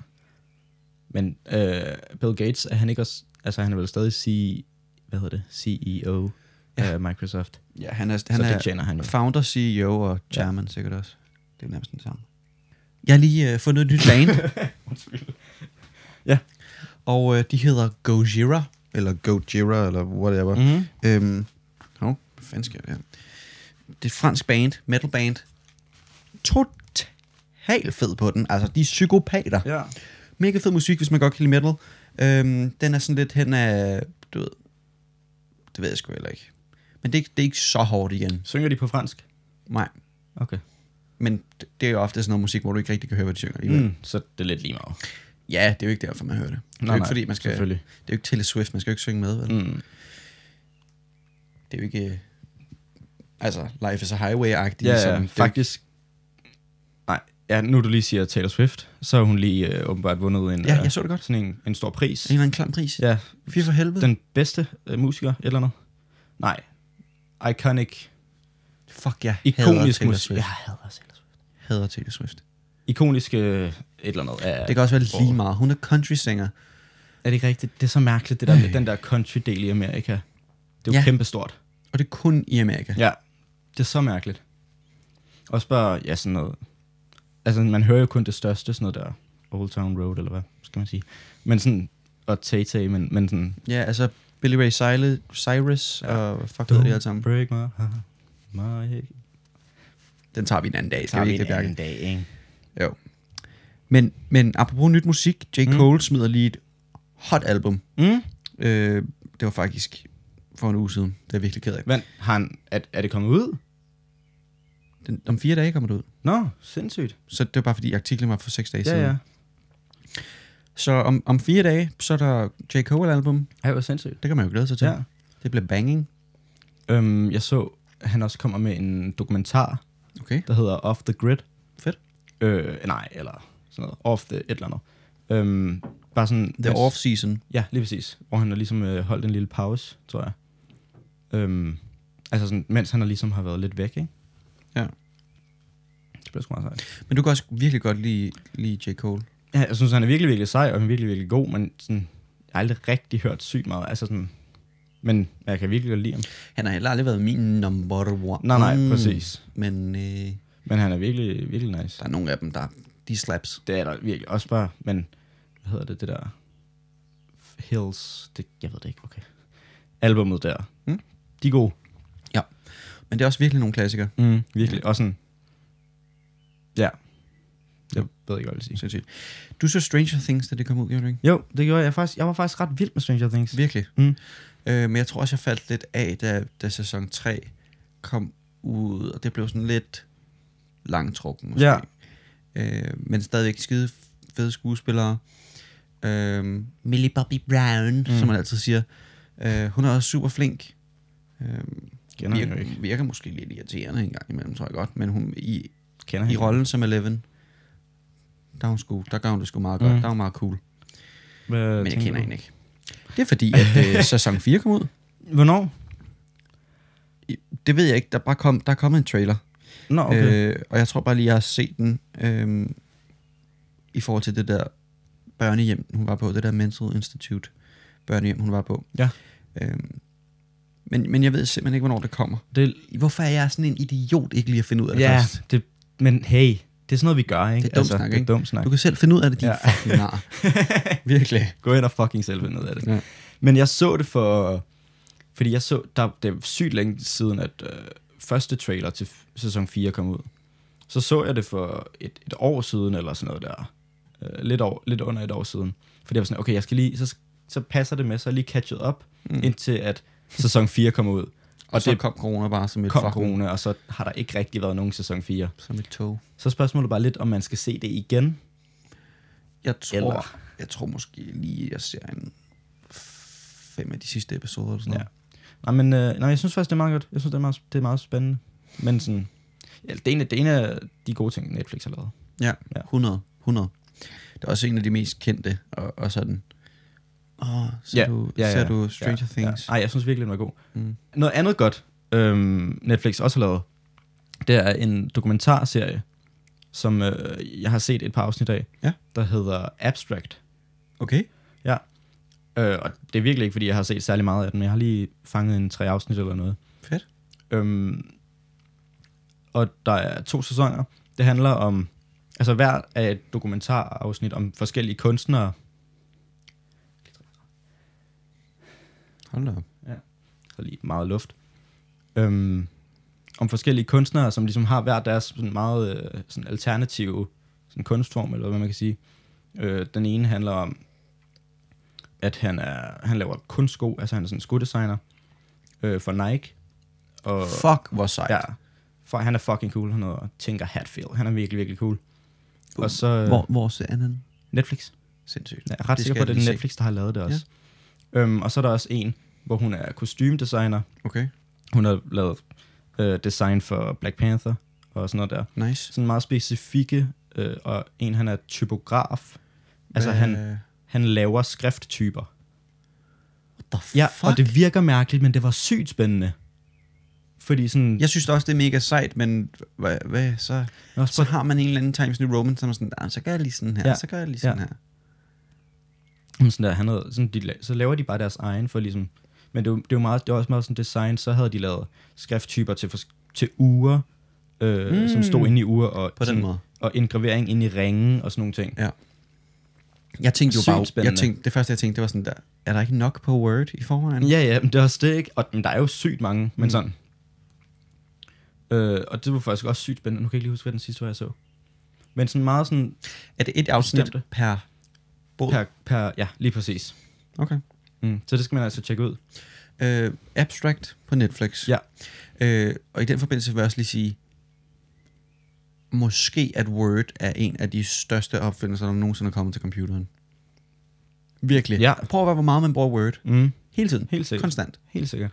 [SPEAKER 1] Men øh, Bill Gates, er han ikke også... Altså, han er vel stadig C, hvad hedder det? CEO ja. af Microsoft.
[SPEAKER 2] Ja, han er,
[SPEAKER 1] Han
[SPEAKER 2] han
[SPEAKER 1] så
[SPEAKER 2] er
[SPEAKER 1] det tjener han jo.
[SPEAKER 2] founder, CEO og chairman ja. sikkert også. Det er nærmest den samme. Jeg har lige øh, fundet et nyt band.
[SPEAKER 1] Ja.
[SPEAKER 2] Og øh, de hedder Gojira, eller Gojira, eller whatever.
[SPEAKER 1] Mhm.
[SPEAKER 2] Øhm, hov, hvad fanden sker der? Det er et fransk band, metal band. Totalt fed på den. Altså, de er psykopater.
[SPEAKER 1] Ja.
[SPEAKER 2] Mega fed musik, hvis man godt kan lide metal. Øhm, den er sådan lidt hen af, du ved, det ved jeg sgu heller ikke. Men det, er ikke- det er ikke så hårdt igen.
[SPEAKER 1] Synger de på fransk?
[SPEAKER 2] Nej,
[SPEAKER 1] Okay.
[SPEAKER 2] men det- det er jo ofte sådan noget musik, hvor du ikke rigtig kan høre, hvad de synger alligevel. Mm.
[SPEAKER 1] Mm, så det er lidt lige meget.
[SPEAKER 2] Ja, det er jo ikke derfor, man hører det. Det er jo
[SPEAKER 1] Nej,
[SPEAKER 2] ikke,
[SPEAKER 1] nej,
[SPEAKER 2] fordi man skal... Det
[SPEAKER 1] selvfølgelig.
[SPEAKER 2] er jo ikke Taylor Swift, man skal jo ikke synge med, vel?
[SPEAKER 1] Mm.
[SPEAKER 2] Det er jo ikke... øh, Altså, Life is a ligesom Highway-agtigt.
[SPEAKER 1] Ja, ja,
[SPEAKER 2] som, det er jo-
[SPEAKER 1] ligesom faktisk. Nej, ja, nu du lige siger Taylor Swift, så har hun lige øh, åbenbart vundet en,
[SPEAKER 2] Ja,
[SPEAKER 1] øh,
[SPEAKER 2] jeg så det godt.
[SPEAKER 1] sådan en, en stor
[SPEAKER 2] Det
[SPEAKER 1] pris.
[SPEAKER 2] er en eller anden klam pris. Ja.
[SPEAKER 1] Ja,
[SPEAKER 2] Fy for helvede. Den...
[SPEAKER 1] den bedste øh, musiker, et eller noget. Nej, iconic,
[SPEAKER 2] Fuck, jeg hader
[SPEAKER 1] ikonisk
[SPEAKER 2] Taylor
[SPEAKER 1] musik.
[SPEAKER 2] Swift.
[SPEAKER 1] Jeg
[SPEAKER 2] Jeg
[SPEAKER 1] hader Taylor Swift.
[SPEAKER 2] hader Taylor Swift.
[SPEAKER 1] Ikonisk øh, et eller andet. Af,
[SPEAKER 2] Det kan også være lige meget. Hun er country-sanger.
[SPEAKER 1] Er det ikke rigtigt? Det er så mærkeligt, det der med den der country-del i Amerika. Det er jo
[SPEAKER 2] Øh. Ja.
[SPEAKER 1] ja. kæmpestort.
[SPEAKER 2] Og det er kun i Amerika.
[SPEAKER 1] Ja, det er så mærkeligt. Også bare, ja, sådan noget. Altså, man hører jo kun det største, sådan noget der. Old Town Road, eller hvad skal man sige. Men sådan, og Tay-Tay, men, men sådan...
[SPEAKER 2] Ja, altså Billy Ray Cyrus, Cyrus ja. og fuck, hvad hedder de alle sammen?
[SPEAKER 1] break my heart, my...
[SPEAKER 2] Den tager vi en anden dag. Det er
[SPEAKER 1] Tager
[SPEAKER 2] jo
[SPEAKER 1] vi
[SPEAKER 2] ikke
[SPEAKER 1] en
[SPEAKER 2] det, Bjarke.
[SPEAKER 1] anden dag, ikke?
[SPEAKER 2] Jo. Men, men apropos nyt musik, J. Mm. Cole smider lige et hot album.
[SPEAKER 1] Mm?
[SPEAKER 2] Øh, det var faktisk for en uge siden. Det er jeg virkelig ked af.
[SPEAKER 1] Men har han, er, er det kommet ud?
[SPEAKER 2] Den, om fire dage kommer det ud.
[SPEAKER 1] Nå, sindssygt.
[SPEAKER 2] Så det var bare fordi artiklen var for seks dage
[SPEAKER 1] Ja,
[SPEAKER 2] siden.
[SPEAKER 1] ja.
[SPEAKER 2] Så om, om fire dage, så er der J. Cole album.
[SPEAKER 1] Ej, hvor sindssygt.
[SPEAKER 2] Det kan man jo glæde sig til.
[SPEAKER 1] Ja.
[SPEAKER 2] Det bliver banging.
[SPEAKER 1] Øhm, jeg så, han også kommer med en dokumentar,
[SPEAKER 2] Okay.
[SPEAKER 1] der hedder Off the Grid.
[SPEAKER 2] Fedt.
[SPEAKER 1] Øh, nej, eller sådan noget. Off the et eller andet. Øhm, bare sådan...
[SPEAKER 2] The off-season.
[SPEAKER 1] Ja, lige præcis. Hvor han har ligesom øh, holdt en lille pause, tror jeg. Øhm, altså sådan, mens han har ligesom har været lidt væk, ikke?
[SPEAKER 2] Ja.
[SPEAKER 1] Det bliver sgu meget sejt.
[SPEAKER 2] Men du kan også virkelig godt lide, lide J. Cole.
[SPEAKER 1] Ja, jeg synes, han er virkelig, virkelig sej, og han er virkelig, virkelig god, men sådan, jeg har aldrig rigtig hørt sygt meget. Altså sådan, men jeg kan virkelig godt lide ham.
[SPEAKER 2] Han har heller aldrig været min number one. Mm.
[SPEAKER 1] Nej, nej, præcis.
[SPEAKER 2] Men øh,
[SPEAKER 1] Men han er virkelig, virkelig nice.
[SPEAKER 2] der er nogle af dem, der de slaps.
[SPEAKER 1] Det er der virkelig også bare, men hvad hedder det, det der Hills, det, jeg ved det ikke, okay. Albumet der,
[SPEAKER 2] Mm.
[SPEAKER 1] de er gode.
[SPEAKER 2] Men det er også virkelig nogle klassikere.
[SPEAKER 1] Mm, virkelig. Og sådan... Ja. Jeg ved ikke, hvad jeg vil sige.
[SPEAKER 2] Sindssygt. Du så Stranger Things, da det kom ud, gjorde du ikke?
[SPEAKER 1] Jo, det gjorde jeg faktisk. Jeg var faktisk ret vild med Stranger Things.
[SPEAKER 2] Virkelig.
[SPEAKER 1] Mm.
[SPEAKER 2] Øh, men jeg tror også, jeg faldt lidt af, da, da sæson 3 kom ud, og det blev sådan lidt langtrukken måske.
[SPEAKER 1] Ja.
[SPEAKER 2] Øh, men stadigvæk skide fede skuespillere. Øh, Millie Bobby Brown, mm. som man altid siger. Øh, hun er også super flink. Øh,
[SPEAKER 1] Kender hende jo
[SPEAKER 2] virker,
[SPEAKER 1] ikke.
[SPEAKER 2] virker måske lidt irriterende en gang imellem, tror jeg godt, men hun i,
[SPEAKER 1] Kender
[SPEAKER 2] i
[SPEAKER 1] hende.
[SPEAKER 2] rollen som Eleven, der, er hun sgu, der gør hun det sgu meget godt. Mm. Der er hun meget cool,
[SPEAKER 1] Hvad
[SPEAKER 2] men jeg
[SPEAKER 1] tænker
[SPEAKER 2] kender
[SPEAKER 1] du?
[SPEAKER 2] hende ikke. Det er fordi, at øh, sæson 4 kom ud.
[SPEAKER 1] Hvornår?
[SPEAKER 2] Det ved jeg ikke. Der, er bare kom, der er kommet en trailer.
[SPEAKER 1] Nå, okay. Øh,
[SPEAKER 2] Øh, og jeg tror bare lige, jeg har set den øh, i forhold til det der børnehjem, hun var på. Det der Mental Institute børnehjem, hun var på.
[SPEAKER 1] ja.
[SPEAKER 2] Øh, men, men jeg ved simpelthen ikke, hvornår det kommer.
[SPEAKER 1] Det,
[SPEAKER 2] Hvorfor er jeg sådan en idiot ikke lige at finde ud af det
[SPEAKER 1] ja,
[SPEAKER 2] først?
[SPEAKER 1] det, men hey, det er sådan noget, vi gør, ikke? Altså,
[SPEAKER 2] Det er dumt snak,
[SPEAKER 1] det er
[SPEAKER 2] ikke?
[SPEAKER 1] dumt snak.
[SPEAKER 2] Du kan selv finde ud af det, de ja.
[SPEAKER 1] Ja.
[SPEAKER 2] fucking nar. Virkelig.
[SPEAKER 1] Gå hen og fucking selv finde ud af det.
[SPEAKER 2] Ja.
[SPEAKER 1] Ja. Men jeg så det for... Fordi jeg så... Der, det er sygt længe siden, at øh, første trailer til f- sæson 4 kom ud. Så så jeg det for et, et år siden, eller sådan noget der. Øh, lidt, over, lidt under et år siden. Fordi jeg var sådan, okay, jeg skal lige... Så, så passer det med, så er jeg lige catchet op, mm. indtil at sæson 4 kommer ud.
[SPEAKER 2] Og, og så det kom corona bare som et,
[SPEAKER 1] kom
[SPEAKER 2] fucking,
[SPEAKER 1] corona, og så har der ikke rigtig været nogen sæson 4.
[SPEAKER 2] Som et tog.
[SPEAKER 1] Så er spørgsmålet bare lidt, om man skal se det igen.
[SPEAKER 2] Jeg tror,
[SPEAKER 1] Eller-
[SPEAKER 2] jeg tror måske lige, jeg ser en fem af de sidste episoder. Eller sådan
[SPEAKER 1] Ja.
[SPEAKER 2] noget.
[SPEAKER 1] Nej, men øh, nej, jeg synes faktisk, det er meget godt. Jeg synes, det er meget, det er meget spændende. Men sådan, ja, det, er en, af- det er en af de gode ting, Netflix har lavet.
[SPEAKER 2] Ja,
[SPEAKER 1] Ja.
[SPEAKER 2] 100. 100. Det er også en af de mest kendte, og, og sådan... Åh, ser, du, ser du Stranger
[SPEAKER 1] ja,
[SPEAKER 2] Things?
[SPEAKER 1] Ja. Ej, jeg synes virkelig, den var god.
[SPEAKER 2] Mm.
[SPEAKER 1] Mm. Noget andet godt, øhm, Netflix også har lavet, det er en dokumentarserie, som øh, jeg har set et par afsnit af,
[SPEAKER 2] Ja.
[SPEAKER 1] der hedder Abstract.
[SPEAKER 2] Okay.
[SPEAKER 1] Ja. Øh, og det er virkelig ikke, fordi jeg har set særlig meget af den, men jeg har lige fanget en tre afsnit eller noget.
[SPEAKER 2] Fedt.
[SPEAKER 1] Øhm, og der er to sæsoner. Det handler om, altså hver er et dokumentarafsnit om forskellige kunstnere.
[SPEAKER 2] Hold da op.
[SPEAKER 1] Så lige meget luft. Øhm, om forskellige kunstnere, som ligesom har hver deres sådan meget øh, sådan alternative sådan kunstform, eller hvad man kan sige. Øh, den ene handler om, at han, er, han laver kunstsko, altså han er sådan en skodesigner øh, for Nike. Og,
[SPEAKER 2] Fuck, hvor sejt.
[SPEAKER 1] Ja. For han er fucking cool. Han hedder Tinker Hatfield. Han er virkelig, virkelig cool. Og så øh,
[SPEAKER 2] Hvor, hvor ser han den?
[SPEAKER 1] Netflix.
[SPEAKER 2] Sindssygt.
[SPEAKER 1] Jeg er ret sikker
[SPEAKER 2] skal
[SPEAKER 1] på, at det
[SPEAKER 2] lige
[SPEAKER 1] er
[SPEAKER 2] se.
[SPEAKER 1] Netflix, der har lavet det også. Ja. Øhm, og så er der også en, hvor hun er kostymdesigner.
[SPEAKER 2] Okay,
[SPEAKER 1] Hun har lavet øh, design for Black Panther og sådan noget der.
[SPEAKER 2] nice.
[SPEAKER 1] Sådan meget specifikke. Øh, og en, han er typograf. Altså,
[SPEAKER 2] Hvad-
[SPEAKER 1] han, han laver skrifttyper.
[SPEAKER 2] What the
[SPEAKER 1] Ja,
[SPEAKER 2] fuck?
[SPEAKER 1] Fuck. og det virker mærkeligt, men det var sygt spændende. Fordi sådan...
[SPEAKER 2] Jeg synes da også, det er mega sejt, men hvad, hvad så?
[SPEAKER 1] Nå,
[SPEAKER 2] Så har man en eller anden Times New Roman, som er sådan, "Ah, så gør jeg lige sådan her, ja.
[SPEAKER 1] Ja.
[SPEAKER 2] så gør jeg lige sådan ja.
[SPEAKER 1] Ja.
[SPEAKER 2] her.
[SPEAKER 1] Jamen, sådan der, han havde, sådan de, la- så laver de bare deres egen for ligesom, men det, var- det var, meget, det var også meget sådan design, så havde de lavet skrifttyper til, fors- til uger, øh, mm. som stod inde i uger, og,
[SPEAKER 2] På den
[SPEAKER 1] sådan,
[SPEAKER 2] måde.
[SPEAKER 1] og engravering inde i ringen og sådan nogle ting.
[SPEAKER 2] Ja. Jeg tænkte jo
[SPEAKER 1] Sygt
[SPEAKER 2] bare, jeg
[SPEAKER 1] spændende.
[SPEAKER 2] tænkte, det første jeg tænkte, det var sådan der, er der ikke nok på Word i forvejen?
[SPEAKER 1] Ja, ja, men det er også det, ikke? Og men der er jo sygt mange,
[SPEAKER 2] Mm.
[SPEAKER 1] men sådan. Øh, og det var faktisk også sygt spændende. Nu kan jeg ikke lige huske, hvad den sidste var, jeg så. Men sådan meget sådan
[SPEAKER 2] Er det et afsnit
[SPEAKER 1] Bestemte.
[SPEAKER 2] per båd?
[SPEAKER 1] per, per ja, lige præcis.
[SPEAKER 2] Okay.
[SPEAKER 1] Mm. Så det skal man altså tjekke ud.
[SPEAKER 2] Øh, Abstract på Netflix.
[SPEAKER 1] Ja.
[SPEAKER 2] Øh, og i den forbindelse vil jeg også lige sige, måske at Word er en af de største opfindelser, der nogensinde er kommet til computeren. Virkelig.
[SPEAKER 1] Ja.
[SPEAKER 2] Prøv at være, hvor meget man bruger Word.
[SPEAKER 1] Mm.
[SPEAKER 2] Hele tiden.
[SPEAKER 1] Helt sikkert.
[SPEAKER 2] Konstant.
[SPEAKER 1] Helt sikkert.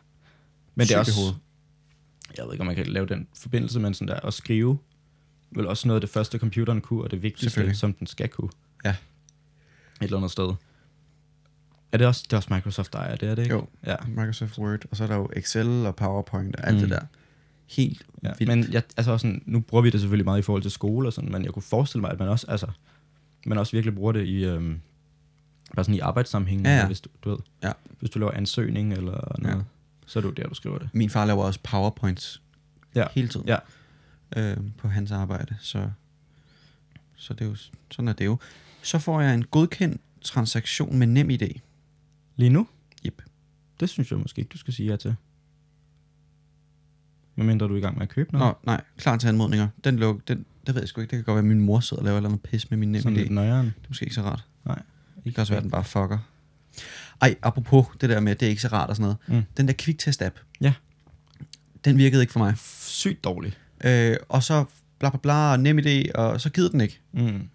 [SPEAKER 1] Men det
[SPEAKER 2] Sygt i
[SPEAKER 1] er også...
[SPEAKER 2] hovedet.
[SPEAKER 1] Jeg ved ikke, om man kan lave den forbindelse, men sådan der, at skrive vel også noget af det første, computeren kunne, og det vigtigste,
[SPEAKER 2] Selvfølgelig.
[SPEAKER 1] som den skal kunne.
[SPEAKER 2] Ja.
[SPEAKER 1] Et eller andet sted. Er det også, det er også Microsoft, der er det, er det ikke?
[SPEAKER 2] Jo.
[SPEAKER 1] Ja.
[SPEAKER 2] Microsoft Word, og så er der jo Excel og PowerPoint og alt mm.
[SPEAKER 1] Mm.
[SPEAKER 2] det der. Helt
[SPEAKER 1] ja.
[SPEAKER 2] vildt.
[SPEAKER 1] Men jeg, altså også sådan, nu bruger vi det selvfølgelig meget i forhold til skole og sådan, men jeg kunne forestille mig, at man også, altså, man også virkelig bruger det i, øhm, bare sådan i arbejdssammenhæng,
[SPEAKER 2] Ja, ja.
[SPEAKER 1] hvis du, du ved,
[SPEAKER 2] Ja.
[SPEAKER 1] hvis du laver ansøgning eller noget,
[SPEAKER 2] Ja.
[SPEAKER 1] ja. så er det jo der, du skriver det.
[SPEAKER 2] Min far laver også PowerPoints
[SPEAKER 1] Ja.
[SPEAKER 2] hele tiden
[SPEAKER 1] Ja.
[SPEAKER 2] øh, på hans arbejde, så, så det er jo, sådan er det jo. Så får jeg en godkendt transaktion med nem idé.
[SPEAKER 1] Lige nu?
[SPEAKER 2] Yep.
[SPEAKER 1] Det synes jeg måske ikke, du skal sige ja til. medmindre du er i gang med at købe noget.
[SPEAKER 2] Nå, nej, klar til anmodninger. Den luk, den, det ved jeg sgu ikke. Det kan godt være, at min mor sidder og laver et eller andet pis med min nem
[SPEAKER 1] Sådan
[SPEAKER 2] idé.
[SPEAKER 1] lidt nøjeren.
[SPEAKER 2] Det er måske ikke så rart.
[SPEAKER 1] Nej.
[SPEAKER 2] Det kan også være, at den bare fucker. Ej, apropos det der med, at det er ikke så rart og sådan noget. Mm. Den der kviktest-app,
[SPEAKER 1] Ja.
[SPEAKER 2] den virkede ikke for mig.
[SPEAKER 1] Sygt dårlig.
[SPEAKER 2] Øh, og så bla bla bla, og nem idé, og så gider den ikke.
[SPEAKER 1] Mm.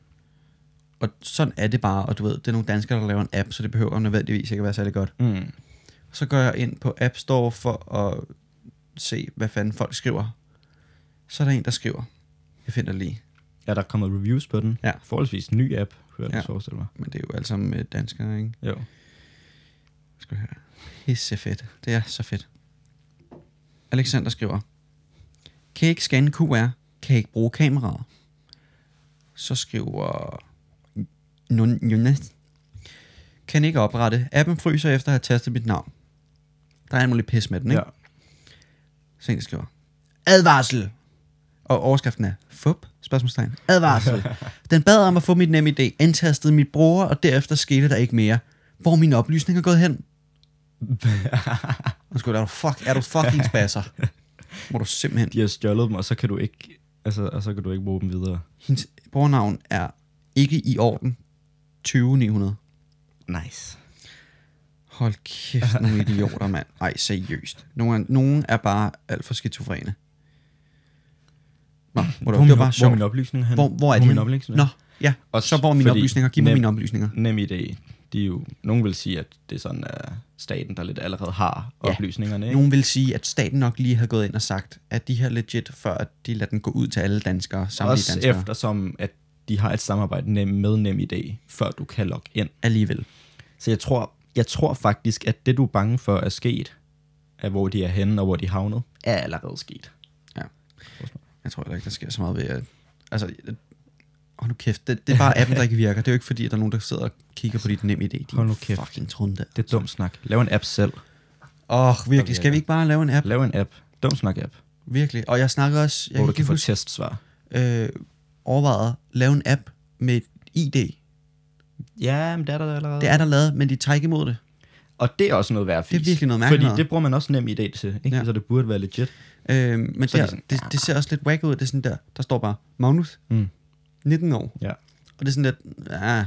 [SPEAKER 2] Og sådan er det bare, og du ved, det er nogle danskere, der laver en app, så det behøver nødvendigvis ikke at være særlig godt.
[SPEAKER 1] Mm.
[SPEAKER 2] Så går jeg ind på App Store for at se, hvad fanden folk skriver. Så er der en, der skriver. Jeg finder det lige.
[SPEAKER 1] Ja, der er kommet reviews på den.
[SPEAKER 2] Ja.
[SPEAKER 1] Forholdsvis ny app, hørte jeg
[SPEAKER 2] Ja.
[SPEAKER 1] ja. forestille mig.
[SPEAKER 2] Men det er jo alt sammen øh, danskere, ikke?
[SPEAKER 1] Jo.
[SPEAKER 2] Skal høre. Pisse fedt. Det er så fedt. Alexander skriver, kan I ikke scanne QR, kan I ikke bruge kameraet. Så skriver Nun- Jonas, kan I ikke oprette, appen fryser efter at have tastet mit navn. Der er en mulig pis med den, ikke?
[SPEAKER 1] Ja.
[SPEAKER 2] Så en, der skriver, advarsel! Og overskriften er, fup? Spørgsmålstegn. Advarsel. Den bad om at få mit nem idé, indtastede mit bruger, og derefter skete der ikke mere. Hvor er mine oplysninger gået hen? Undskyld, er du, fuck, er du fucking spasser? Må du simpelthen...
[SPEAKER 1] De har stjålet dem, og så kan du ikke, altså, og så kan du ikke bruge dem videre.
[SPEAKER 2] Hendes brugernavn er ikke i orden. 20900.
[SPEAKER 1] Nice.
[SPEAKER 2] Hold kæft, nogle idioter, mand. Ej, seriøst. Nogle, er- nogle er bare alt for skizofrene. Nå, hvor,
[SPEAKER 1] Hvor,
[SPEAKER 2] det var
[SPEAKER 1] min,
[SPEAKER 2] bare
[SPEAKER 1] hvor
[SPEAKER 2] sjovt.
[SPEAKER 1] min oplysning hen?
[SPEAKER 2] Hvor, hvor er
[SPEAKER 1] hvor
[SPEAKER 2] de?
[SPEAKER 1] min oplysning
[SPEAKER 2] Nå, ja. Og
[SPEAKER 1] Også
[SPEAKER 2] så hvor er mine
[SPEAKER 1] fordi
[SPEAKER 2] oplysninger? Giv mig
[SPEAKER 1] nem-
[SPEAKER 2] mine oplysninger.
[SPEAKER 1] Nem idé. De er jo, nogen vil sige, at det er sådan, at staten, der lidt allerede har
[SPEAKER 2] Ja.
[SPEAKER 1] oplysningerne. Ikke?
[SPEAKER 2] Nogen vil sige, at staten nok lige har gået ind og sagt, at de her legit, før at de lader den gå ud til alle danskere, samtlige
[SPEAKER 1] Også
[SPEAKER 2] danskere, efter.
[SPEAKER 1] eftersom, at de har et samarbejde nem, med nem idé, før du kan logge ind.
[SPEAKER 2] alligevel.
[SPEAKER 1] Så jeg tror, jeg tror faktisk, at det, du er bange for, er sket, af hvor de er henne og hvor de er havnet, er allerede sket.
[SPEAKER 2] Jeg tror heller ikke, der sker så meget ved at... Altså, øh, hold nu kæft, det, det er bare appen, der ikke virker. Det er jo ikke fordi, at der er nogen, der sidder og kigger på dit nem idé. Din
[SPEAKER 1] Hold nu kæft.
[SPEAKER 2] fucking trunde.
[SPEAKER 1] Det er dumt snak. Lav en app selv.
[SPEAKER 2] Åh, oh, virkelig. Skal vi ikke bare lave en app?
[SPEAKER 1] Lav en app. Dum snak app,
[SPEAKER 2] Virkelig. Og jeg snakkede også... Jeg
[SPEAKER 1] hvor du
[SPEAKER 2] kan
[SPEAKER 1] kan
[SPEAKER 2] ikke
[SPEAKER 1] få
[SPEAKER 2] huske,
[SPEAKER 1] testsvar.
[SPEAKER 2] øh, overvejede at lave en app med et ID.
[SPEAKER 1] Ja, men det er der allerede.
[SPEAKER 2] Det er der lavet, men de tager ikke imod det.
[SPEAKER 1] Og det er også noget værd
[SPEAKER 2] Det er virkelig noget mærkeligt
[SPEAKER 1] Fordi
[SPEAKER 2] noget.
[SPEAKER 1] det bruger man også nem idé til, ikke?
[SPEAKER 2] Ja.
[SPEAKER 1] Ja. så det burde være legit.
[SPEAKER 2] Øh, men
[SPEAKER 1] Så er
[SPEAKER 2] der,
[SPEAKER 1] de sådan, "Ah."
[SPEAKER 2] det, det, ser også lidt wack ud. Det er sådan der, der står bare, Magnus,
[SPEAKER 1] Mm.
[SPEAKER 2] 19 år.
[SPEAKER 1] Ja.
[SPEAKER 2] Og det er sådan lidt, ja,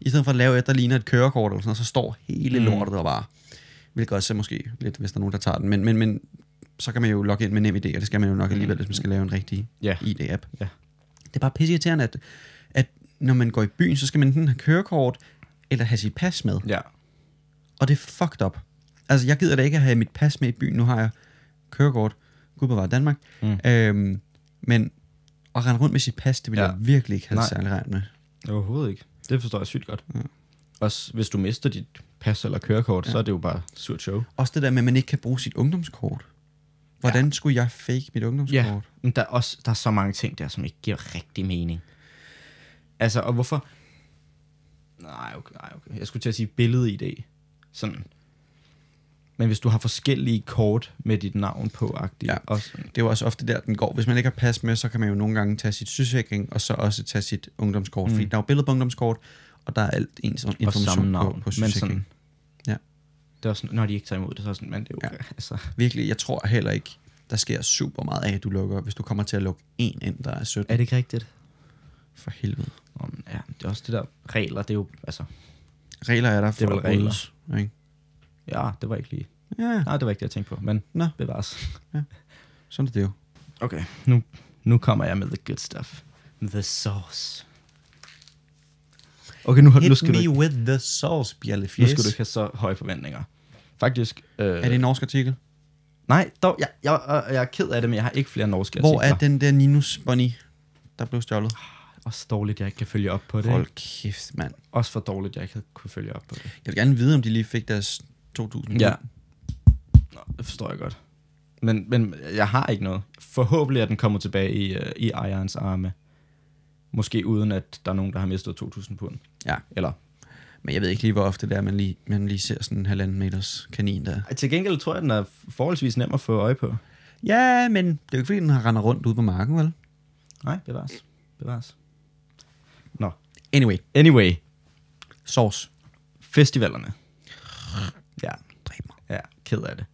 [SPEAKER 2] i stedet for at lave et, der ligner et kørekort eller sådan noget, så står hele
[SPEAKER 1] Mm.
[SPEAKER 2] lortet der bare. Hvilket også er måske lidt, hvis der er nogen, der tager den. Men, men, men så kan man jo logge ind med nem idé, og det skal man jo nok alligevel, hvis man skal lave en rigtig
[SPEAKER 1] Mm. Ja.
[SPEAKER 2] ID-app.
[SPEAKER 1] Ja.
[SPEAKER 2] Det er bare pisse irriterende, at, at når man går i byen, så skal man enten have kørekort, eller have sit pas med.
[SPEAKER 1] Ja.
[SPEAKER 2] Og det er fucked up. Altså, jeg gider da ikke at have mit pas med i byen. Nu har jeg kørekort. Gud bevare Danmark. Mm.
[SPEAKER 1] Mm.
[SPEAKER 2] Øhm, men at rende rundt med sit pas, det vil ja.
[SPEAKER 1] Ja.
[SPEAKER 2] jeg virkelig ikke have Nej.
[SPEAKER 1] Nej.
[SPEAKER 2] særlig regnet med.
[SPEAKER 1] Overhovedet ikke. Det forstår jeg sygt godt. Ja. Også hvis du mister dit pas eller kørekort, ja. så er det jo bare surt show.
[SPEAKER 2] Også det der med, at man ikke kan bruge sit ungdomskort. Hvordan ja. skulle jeg fake mit ungdomskort? Ja.
[SPEAKER 1] men der er, også, der er så mange ting der, som ikke giver rigtig mening. Altså, og hvorfor... Nej, okay, nej, okay. Jeg skulle til at sige billede-ID. Sådan. Men hvis du har forskellige kort med dit navn på, agtigt,
[SPEAKER 2] Ja.
[SPEAKER 1] ja. også,
[SPEAKER 2] Det er jo også ofte der, den går. Hvis man ikke har pas med, så kan man jo nogle gange tage sit sygesikring, og så også tage sit ungdomskort. Mm. Fordi der er jo billede på ungdomskort, og der er alt ens
[SPEAKER 1] og samme
[SPEAKER 2] information på,
[SPEAKER 1] navn.
[SPEAKER 2] på
[SPEAKER 1] men
[SPEAKER 2] sygesikring.
[SPEAKER 1] sådan,
[SPEAKER 2] Ja.
[SPEAKER 1] det er også, sådan, når de ikke tager imod det, så er sådan, men det er okay.
[SPEAKER 2] Ja.
[SPEAKER 1] Ja. Altså,
[SPEAKER 2] Virkelig, jeg tror heller ikke, der sker super meget af, at du lukker, hvis du kommer til at lukke en ind, der er 17.
[SPEAKER 1] er det ikke rigtigt?
[SPEAKER 2] For helvede.
[SPEAKER 1] Nå, men ja, det er også det der regler, det er jo, altså,
[SPEAKER 2] Regler er der for
[SPEAKER 1] er vel
[SPEAKER 2] at brydes, Ikke?
[SPEAKER 1] ja, det var ikke lige,
[SPEAKER 2] Ja,
[SPEAKER 1] nej, det var ikke det, jeg tænkte på, men
[SPEAKER 2] Nå.
[SPEAKER 1] bevares.
[SPEAKER 2] sådan er det jo.
[SPEAKER 1] Okay, nu, nu kommer jeg med the good stuff. The sauce. Okay, nu, har- nu, skal, du, ikke-
[SPEAKER 2] with the sauce, Bjelle
[SPEAKER 1] nu skal du ikke have så høje forventninger. Faktisk, øh,
[SPEAKER 2] Er det en norsk artikel?
[SPEAKER 1] nej, dog, jeg, jeg, jeg, jeg er ked af det, men jeg har ikke flere norske
[SPEAKER 2] Hvor er
[SPEAKER 1] artikler.
[SPEAKER 2] den der Ninus Bunny, der blev stjålet?
[SPEAKER 1] Også dårligt, jeg ikke kan følge op på det.
[SPEAKER 2] Hold
[SPEAKER 1] Hold.
[SPEAKER 2] kæft, mand.
[SPEAKER 1] Også for dårligt, jeg ikke kunne følge op på det.
[SPEAKER 2] Jeg vil gerne vide, om de lige fik deres 2.000.
[SPEAKER 1] Ja. Nå, det forstår jeg godt. Men, men jeg har ikke noget. Forhåbentlig er den kommet tilbage i, øh, i ejerens arme. Måske uden, at der er nogen, der har mistet 2.000 pund.
[SPEAKER 2] ja.
[SPEAKER 1] Eller
[SPEAKER 2] Men jeg ved ikke lige, hvor ofte det er, man lige, man lige ser sådan en halvanden meters kanin der.
[SPEAKER 1] Ej, Til gengæld tror jeg, den er forholdsvis nem at få øje på.
[SPEAKER 2] Ja, men det er jo ikke, fordi den har rendet rundt ude på marken, vel?
[SPEAKER 1] Nej, bevares. Bevares. Nå.
[SPEAKER 2] Anyway,
[SPEAKER 1] Anyway,
[SPEAKER 2] sauce.
[SPEAKER 1] festivalerne. Ja,
[SPEAKER 2] Dræb mig.
[SPEAKER 1] ja, ked af det.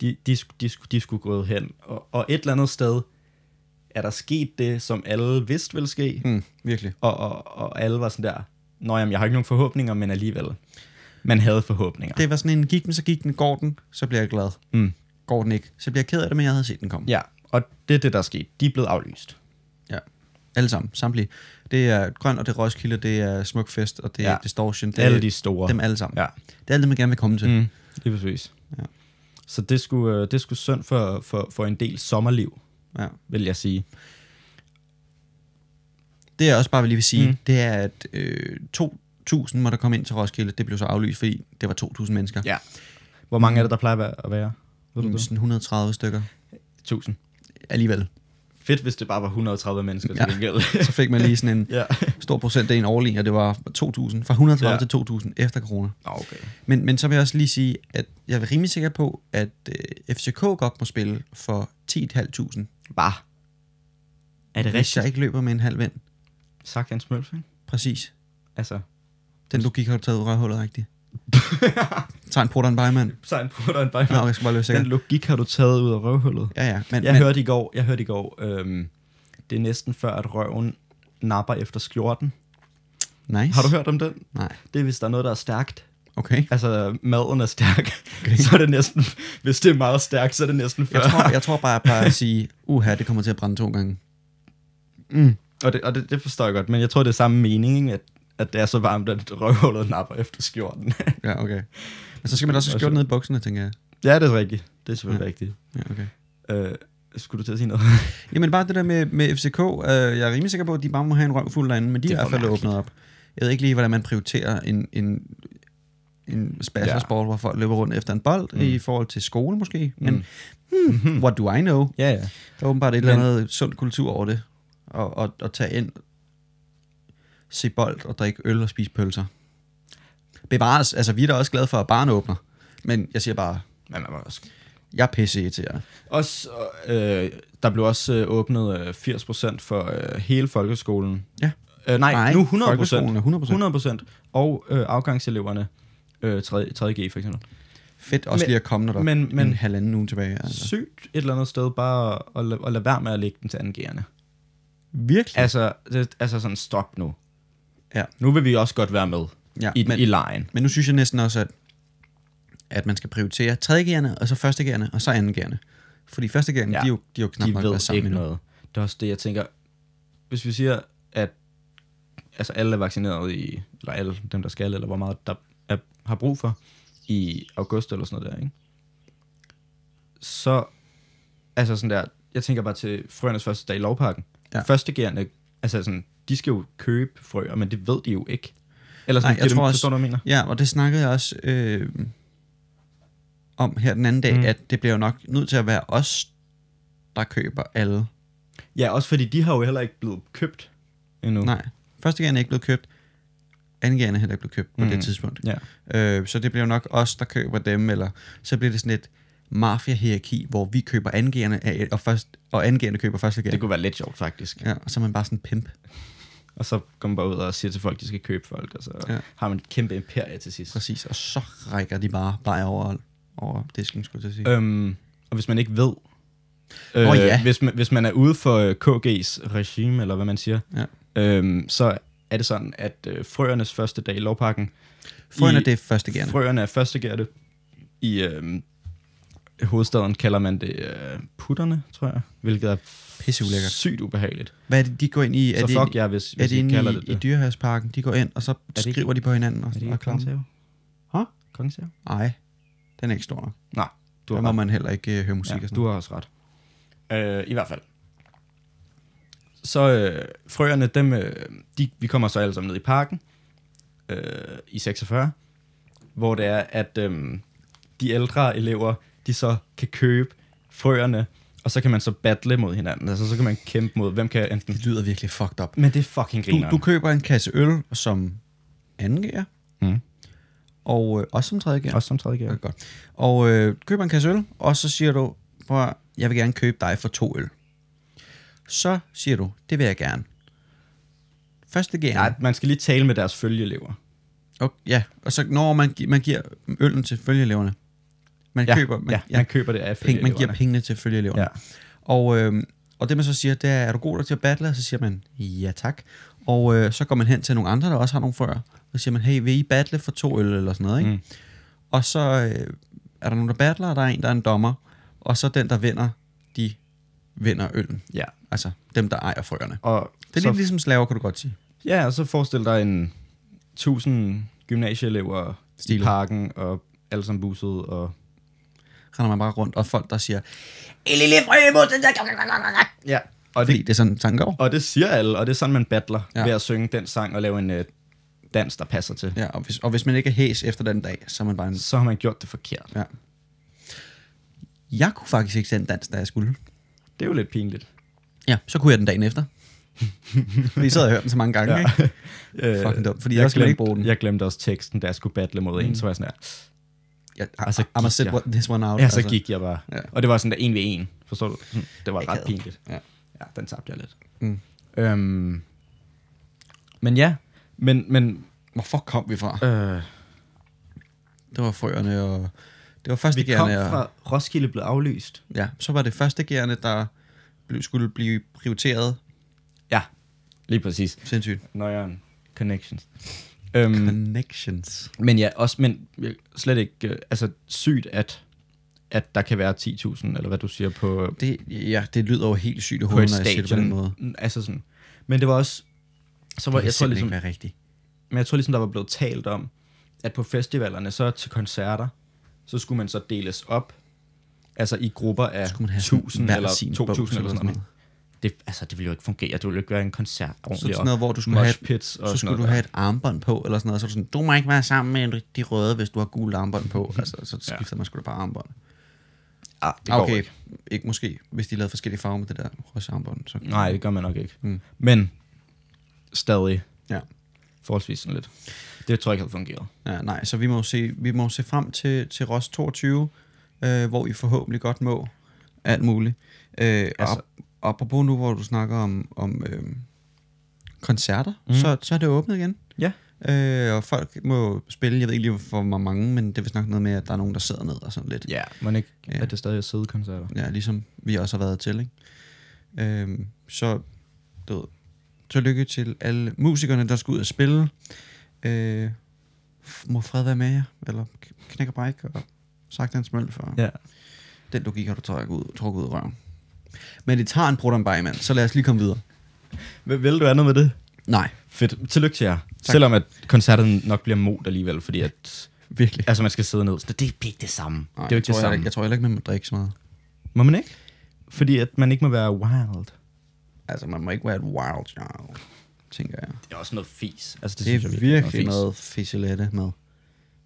[SPEAKER 1] de, de, sk- de, sk- de skulle gå hen. Og, og et eller andet sted er der sket det, som alle vidste ville ske,
[SPEAKER 2] Mm, virkelig.
[SPEAKER 1] og, og, og alle var sådan der, nå jamen, jeg har ikke nogen forhåbninger, men alligevel. Man havde forhåbninger.
[SPEAKER 2] Det var sådan en, gik den, så gik den, går den, så bliver jeg glad.
[SPEAKER 1] Mm.
[SPEAKER 2] Går den ikke, så bliver jeg ked af det, men jeg havde set den komme.
[SPEAKER 1] Ja, og det er det, der er sket. De er blevet aflyst.
[SPEAKER 2] Ja. Alle sammen, samtlige. Det er Grøn, og det er Roskilde, det er Smuk Fest, og det er
[SPEAKER 1] Ja.
[SPEAKER 2] ja. Distortion. Det er
[SPEAKER 1] Alle de store.
[SPEAKER 2] Dem alle sammen.
[SPEAKER 1] Ja.
[SPEAKER 2] Det er alt det, man gerne vil komme til.
[SPEAKER 1] Mm, lige præcis.
[SPEAKER 2] Ja.
[SPEAKER 1] Så det skulle, øh, det skulle synd for, for, for en del sommerliv,
[SPEAKER 2] Ja.
[SPEAKER 1] vil jeg sige.
[SPEAKER 2] Det jeg også bare vil lige vil sige, mm. det er, at øh, 2.000 må der komme ind til Roskilde. Det blev så aflyst, fordi det var 2.000 mennesker.
[SPEAKER 1] Ja. Hvor mange er det, der plejer at være- at være? Ved du
[SPEAKER 2] Mm,
[SPEAKER 1] det?
[SPEAKER 2] Sådan 130 stykker
[SPEAKER 1] 1000.
[SPEAKER 2] alligevel.
[SPEAKER 1] Fedt, hvis det bare var 130 mennesker til
[SPEAKER 2] Ja.
[SPEAKER 1] gengæld.
[SPEAKER 2] Så fik man lige sådan en
[SPEAKER 1] ja.
[SPEAKER 2] stor procentdel årlig, og det var 2.000, fra 130
[SPEAKER 1] Ja.
[SPEAKER 2] ja. til 2.000 efter corona.
[SPEAKER 1] Nå, okay.
[SPEAKER 2] Men, men så vil jeg også lige sige, at jeg er rimelig sikker på, at øh, FCK godt må spille for 10.500,
[SPEAKER 1] Bare. Er det
[SPEAKER 2] hvis jeg ikke løber med en halv vind.
[SPEAKER 1] Sagt Hans Mølf, ikke?
[SPEAKER 2] Præcis.
[SPEAKER 1] Altså,
[SPEAKER 2] Den logik har du taget ud af rørhullet, rigtigt? Tager en porteren bare, mand.
[SPEAKER 1] sejn på dig en bare.
[SPEAKER 2] Nå, jeg skal bare løbe sikkert.
[SPEAKER 1] Den logik har du taget ud af røvhullet.
[SPEAKER 2] Ja, ja. Men,
[SPEAKER 1] Jeg
[SPEAKER 2] men,
[SPEAKER 1] hørte i går, jeg hørte i går øhm, det er næsten før, at røven napper efter skjorten.
[SPEAKER 2] nice.
[SPEAKER 1] Har du hørt om den?
[SPEAKER 2] Nej.
[SPEAKER 1] Det er, hvis der er noget, der er stærkt.
[SPEAKER 2] Okay.
[SPEAKER 1] Altså, maden er stærk. Okay. Så er det næsten, hvis det er meget stærkt, så er det næsten før.
[SPEAKER 2] Jeg tror, jeg tror bare, jeg plejer at sige, uha, det kommer til at brænde to gange.
[SPEAKER 1] Og, det, og det, det forstår jeg godt, men jeg tror, det er samme mening, ikke? at, at det er så varmt, at røvhullet napper efter skjorten.
[SPEAKER 2] Ja, okay. Men så skal man også have skjort ned i bukserne, tænker jeg.
[SPEAKER 1] ja, det er rigtigt. Det er selvfølgelig ja. rigtigt.
[SPEAKER 2] Ja, okay.
[SPEAKER 1] Øh, skulle du til at sige noget?
[SPEAKER 2] Jamen bare det der med, med FCK, øh, jeg er rimelig sikker på, at de bare må have en røvfuld derinde, men de er i
[SPEAKER 1] Det er
[SPEAKER 2] hvert
[SPEAKER 1] for
[SPEAKER 2] fald åbnet op. Jeg ved ikke lige, hvordan man prioriterer en, en, en spassersport, ja. hvor folk løber rundt efter en bold, mm. i forhold til skole måske, men hmm, what do I know?
[SPEAKER 1] ja, ja.
[SPEAKER 2] Der er åbenbart et eller andet sund kultur over det, og, og, og tage ind, se bold og drikke øl og spise pølser. Bevares, altså vi er da også glade for, at barn åbner, men jeg siger bare,
[SPEAKER 1] Men man var også...
[SPEAKER 2] jeg er pisse irriteret.
[SPEAKER 1] også øh, der blev også øh, åbnet øh, 80% for øh, hele folkeskolen.
[SPEAKER 2] Ja.
[SPEAKER 1] Øh, nej,
[SPEAKER 2] Nej,
[SPEAKER 1] nej, nu 100
[SPEAKER 2] folkeskolen er 100%.
[SPEAKER 1] 100 Og øh, afgangseleverne, øh, 3, 3G for eksempel.
[SPEAKER 2] Fedt også men,
[SPEAKER 1] Men-
[SPEAKER 2] lige at komme, når der
[SPEAKER 1] men-
[SPEAKER 2] men, men, en
[SPEAKER 1] men-
[SPEAKER 2] halvanden uge tilbage. Altså.
[SPEAKER 1] Sygt et eller andet sted bare at, la- at lade være med at lægge den til angærende.
[SPEAKER 2] Virkelig?
[SPEAKER 1] Altså, det, altså sådan, stop nu.
[SPEAKER 2] Ja.
[SPEAKER 1] Nu vil vi også godt være med
[SPEAKER 2] Ja,
[SPEAKER 1] i,
[SPEAKER 2] men-
[SPEAKER 1] men, i lejen.
[SPEAKER 2] Men nu synes jeg næsten også, at, at man skal prioritere 3. gerne, og så 1. gerne, og så 2. gerne. Fordi 1. gerne, ja,
[SPEAKER 1] Ja,
[SPEAKER 2] de, er jo, de er jo knap
[SPEAKER 1] De
[SPEAKER 2] nok været
[SPEAKER 1] ved
[SPEAKER 2] sammen
[SPEAKER 1] ikke
[SPEAKER 2] endnu.
[SPEAKER 1] noget. Det er også det, jeg tænker, hvis vi siger, at altså alle er vaccineret i, eller alle dem, der skal, eller hvor meget der er, har brug for, i august eller sådan noget der, ikke? Så, altså sådan der, jeg tænker bare til frøernes første dag i lovparken.
[SPEAKER 2] Ja.
[SPEAKER 1] Ja. Førstegærende, altså sådan, de skal jo købe frøer, men det ved de jo ikke. Eller sådan,
[SPEAKER 2] Nej,
[SPEAKER 1] Nej,
[SPEAKER 2] jeg
[SPEAKER 1] jeg
[SPEAKER 2] tror også-
[SPEAKER 1] forstår du, hvad jeg mener?
[SPEAKER 2] Ja, og det snakkede jeg også øh, om her den anden dag, mm. at det bliver jo nok nødt til at være os, der køber alle.
[SPEAKER 1] Ja, også fordi de har jo heller ikke blevet købt endnu.
[SPEAKER 2] Nej, første gerne er ikke blevet købt, anden gerne er heller ikke blevet købt på mm. det tidspunkt.
[SPEAKER 1] Ja.
[SPEAKER 2] Øh, så det bliver jo nok os, der køber dem, eller så bliver det sådan et mafia-hierarki, hvor vi køber angærende, af- og, først, og angærende køber første gerne.
[SPEAKER 1] Det kunne være lidt sjovt, faktisk.
[SPEAKER 2] Ja, og så er man bare sådan en pimp.
[SPEAKER 1] Og så går man bare ud og siger til folk, de skal købe folk, og så
[SPEAKER 2] Ja.
[SPEAKER 1] ja. har man et kæmpe imperie til sidst.
[SPEAKER 2] Præcis, og så rækker de bare bare over, over disken, skulle jeg til at sige. Øh,
[SPEAKER 1] Øhm, og hvis man ikke ved, øh,
[SPEAKER 2] Åh, ja.
[SPEAKER 1] hvis, man, hvis man er ude for øh, KG's regime, eller hvad man siger,
[SPEAKER 2] Ja.
[SPEAKER 1] øhm, så er det sådan, at øh, frøernes første dag i lovpakken,
[SPEAKER 2] Frøen er
[SPEAKER 1] i-
[SPEAKER 2] det første gerne.
[SPEAKER 1] frøerne er første gærte. I øhm, hovedstaden kalder man det øh, putterne, tror jeg, hvilket er
[SPEAKER 2] Pisseulækkert.
[SPEAKER 1] sygt ubehageligt.
[SPEAKER 2] Hvad er det, de går ind i? Er
[SPEAKER 1] så
[SPEAKER 2] det,
[SPEAKER 1] fuck jer, hvis,
[SPEAKER 2] er
[SPEAKER 1] hvis
[SPEAKER 2] det
[SPEAKER 1] I
[SPEAKER 2] inde
[SPEAKER 1] kalder
[SPEAKER 2] i,
[SPEAKER 1] det
[SPEAKER 2] i
[SPEAKER 1] det.
[SPEAKER 2] dyrehavsparken? De går ind, og så
[SPEAKER 1] det ikke-
[SPEAKER 2] skriver de på hinanden. Og,
[SPEAKER 1] Er det
[SPEAKER 2] og
[SPEAKER 1] ikke
[SPEAKER 2] klammer.
[SPEAKER 1] Kongens Have?
[SPEAKER 2] Hå?
[SPEAKER 1] Kongens Have?
[SPEAKER 2] Nej, den er ikke stor nok.
[SPEAKER 1] Nej, du
[SPEAKER 2] Der
[SPEAKER 1] har
[SPEAKER 2] må
[SPEAKER 1] ret.
[SPEAKER 2] man heller ikke øh, høre musik ja, og
[SPEAKER 1] Ja,
[SPEAKER 2] sådan
[SPEAKER 1] du har også ret. Øh, I hvert fald. Så øh, frøerne, dem, øh, de, vi kommer så alle sammen ned i parken øh, i 46, hvor det er, at øh, de ældre elever, de så kan købe frøerne, og så kan man så battle mod hinanden. Altså, så kan man kæmpe mod, hvem kan enten...
[SPEAKER 2] Det lyder virkelig fucked up.
[SPEAKER 1] Men det er fucking
[SPEAKER 2] Du,
[SPEAKER 1] grineren.
[SPEAKER 2] du køber en kasse øl som anden gær,
[SPEAKER 1] Mm.
[SPEAKER 2] og øh, også som tredje gær.
[SPEAKER 1] Også som tredje
[SPEAKER 2] Ja,
[SPEAKER 1] gear.
[SPEAKER 2] godt. Og øh, køber en kasse øl, og så siger du, prøv at, høre, jeg vil gerne købe dig for to øl. Så siger du, det vil jeg gerne. Første
[SPEAKER 1] Nej,
[SPEAKER 2] gerne.
[SPEAKER 1] man skal lige tale med deres følgeelever.
[SPEAKER 2] Okay, ja, og så når man, gi- man giver øllen til følgeleverne. Man
[SPEAKER 1] Ja,
[SPEAKER 2] køber, man,
[SPEAKER 1] ja, man køber det af
[SPEAKER 2] penge, man giver
[SPEAKER 1] følgeeleverne.
[SPEAKER 2] pengene til følgeeleverne.
[SPEAKER 1] Ja.
[SPEAKER 2] Ja. Og, øh, og det man så siger, det er, er du god nok til at battle? Og så siger man, ja tak. Og øh, så går man hen til nogle andre, der også har nogle før. Og så siger man, hey, vil I battle for to øl eller sådan noget? Ikke? Mm. Og så øh, er der nogen, der battler, og der er en, der er en dommer. Og så den, der vinder, de vinder øllen.
[SPEAKER 1] Ja.
[SPEAKER 2] Altså dem, der ejer frøerne.
[SPEAKER 1] Og
[SPEAKER 2] Det er
[SPEAKER 1] så,
[SPEAKER 2] lidt ligesom slaver, kan du godt sige.
[SPEAKER 1] Ja, og så forestil dig en 1000 gymnasieelever Stil. i
[SPEAKER 2] Stilet.
[SPEAKER 1] parken, og alle sammen buset, og...
[SPEAKER 2] Render man bare rundt, og folk, der siger,
[SPEAKER 3] En lille frø mod den der...
[SPEAKER 1] Ja. Og
[SPEAKER 2] fordi
[SPEAKER 1] det,
[SPEAKER 2] det er sådan, tanken går.
[SPEAKER 1] og det siger alle, og det er sådan, man battler ja.
[SPEAKER 2] Ja.
[SPEAKER 1] ved at synge den sang og lave en øh, dans, der passer til. Ja.
[SPEAKER 2] Ja, og hvis, og hvis man ikke er hæs efter den dag, så er man bare en...
[SPEAKER 1] Så har man gjort det forkert.
[SPEAKER 2] Ja. Jeg kunne faktisk ikke den dans, da jeg skulle.
[SPEAKER 1] Det er jo lidt pinligt.
[SPEAKER 2] Ja, så kunne jeg den dagen efter. Fordi så havde jeg hørt den så mange gange, ja. ikke?
[SPEAKER 1] Øh,
[SPEAKER 2] Fucking dumt, fordi
[SPEAKER 1] jeg
[SPEAKER 2] der skal man
[SPEAKER 1] glemte-
[SPEAKER 2] ikke bruge den.
[SPEAKER 1] Jeg glemte også teksten, da jeg skulle battle mod mm. en, så var jeg sådan her.
[SPEAKER 2] Jeg,
[SPEAKER 1] Og så
[SPEAKER 2] I, I must
[SPEAKER 1] gik
[SPEAKER 2] sit
[SPEAKER 1] jeg. altså,
[SPEAKER 2] this one out.
[SPEAKER 1] Ja, så gik jeg bare. Ja.
[SPEAKER 2] Altså, Ja.
[SPEAKER 1] Og det var sådan der en ved en, forstår du? Sådan, Det var ret
[SPEAKER 2] Akavet.
[SPEAKER 1] pinligt.
[SPEAKER 2] Ja.
[SPEAKER 1] Ja, den tabte jeg lidt.
[SPEAKER 2] Mm.
[SPEAKER 1] Øhm, men ja, men, men
[SPEAKER 2] Hvor fuck kom vi fra?
[SPEAKER 1] øh,
[SPEAKER 2] Det var frøerne, og det var
[SPEAKER 1] vi kom
[SPEAKER 2] førstegærende. Og,
[SPEAKER 1] fra Roskilde blev aflyst.
[SPEAKER 2] ja, så var det førstegærende, der blev, skulle blive prioriteret.
[SPEAKER 1] Ja, lige præcis.
[SPEAKER 2] Sindssygt.
[SPEAKER 1] Nøjeren. Connections. Øhm,
[SPEAKER 2] Connections.
[SPEAKER 1] men ja, også men øh, slet ikke, øh, altså sygt, at, at der kan være 10.000, eller hvad du siger, på,
[SPEAKER 2] Det, ja, det lyder jo helt sygt i
[SPEAKER 1] på et
[SPEAKER 2] hovedet, når jeg siger det på
[SPEAKER 1] stadion.
[SPEAKER 2] den måde.
[SPEAKER 1] Mm, Altså sådan. Men det var også, så var,
[SPEAKER 2] Det kan
[SPEAKER 1] jeg tror
[SPEAKER 2] simpelthen
[SPEAKER 1] ligesom,
[SPEAKER 2] ikke være rigtigt.
[SPEAKER 1] Men jeg tror ligesom, der var blevet talt om, at på festivalerne, så til koncerter, så skulle man så deles op, altså i grupper af
[SPEAKER 2] Skulle man have
[SPEAKER 1] 1000
[SPEAKER 2] hver
[SPEAKER 1] eller
[SPEAKER 2] sin
[SPEAKER 1] 2000 eller
[SPEAKER 2] boks
[SPEAKER 1] sådan noget. Det, altså, det ville jo ikke fungere. Det ville jo ikke være en koncert
[SPEAKER 2] Så
[SPEAKER 1] ordentligt.
[SPEAKER 2] sådan noget, hvor du skulle
[SPEAKER 1] og
[SPEAKER 2] have,
[SPEAKER 1] moshpits
[SPEAKER 2] et,
[SPEAKER 1] og
[SPEAKER 2] så
[SPEAKER 1] sådan
[SPEAKER 2] skulle
[SPEAKER 1] noget
[SPEAKER 2] du
[SPEAKER 1] der.
[SPEAKER 2] have et armbånd på, eller sådan noget. Så er du sådan, du må ikke være sammen med de røde, hvis du har gul armbånd på. Altså, så skifter ja. man sgu da bare armbånd.
[SPEAKER 1] Ah, det går
[SPEAKER 2] okay,
[SPEAKER 1] ikke.
[SPEAKER 2] ikke måske, hvis de lavede forskellige farver med det der røde armbånd. Så.
[SPEAKER 1] Nej, det gør man nok ikke. Mm.
[SPEAKER 2] Mm.
[SPEAKER 1] Men stadig
[SPEAKER 2] Ja.
[SPEAKER 1] forholdsvis sådan lidt. Det tror jeg ikke havde fungeret.
[SPEAKER 2] ja. nej, så vi må jo se, vi må jo se frem til, til Ros 22, øh, hvor I forhåbentlig godt må alt muligt. Øh, altså.
[SPEAKER 1] Altså-
[SPEAKER 2] og, apropos nu, hvor du snakker om, om øh, koncerter, mm. så, så er det åbnet igen.
[SPEAKER 1] Ja.
[SPEAKER 2] Øh, og folk må spille, jeg ved ikke lige hvor hvor mange, men det er vist nok noget med, at der er nogen, der sidder ned og sådan lidt.
[SPEAKER 1] Ja, men ikke,
[SPEAKER 2] Ja.
[SPEAKER 1] at det stadig er sædekoncerter.
[SPEAKER 2] Ja, ligesom vi også har været til, ikke? Øhm, så, du ved, tillykke til alle musikerne, der skal ud og spille. Øh, f- må fred være med jer, eller k- knæk og bræk, og sagt hans møl for.
[SPEAKER 1] Ja.
[SPEAKER 2] Den logik har du trukket ud, trukket ud af røven. Men det tager en brudder bare, mand, så lad os lige komme videre.
[SPEAKER 1] Men vil du andet med det?
[SPEAKER 2] Nej,
[SPEAKER 1] Fedt. Tillykke til jer. Tak. Selvom at koncerten nok bliver mod alligevel, fordi at
[SPEAKER 2] virkelig.
[SPEAKER 1] altså, man skal sidde ned. Så det er ikke det samme.
[SPEAKER 2] Nej,
[SPEAKER 1] det er jo ikke
[SPEAKER 2] jeg
[SPEAKER 1] det
[SPEAKER 2] tror,
[SPEAKER 1] samme.
[SPEAKER 2] Jeg, jeg tror heller ikke, man må drikke så meget.
[SPEAKER 1] Må man ikke? Fordi at man ikke må være wild.
[SPEAKER 2] Altså, man må ikke være et wild child, tænker jeg.
[SPEAKER 1] Det er også noget fis. Altså,
[SPEAKER 2] Det er virkelig noget fisilette med.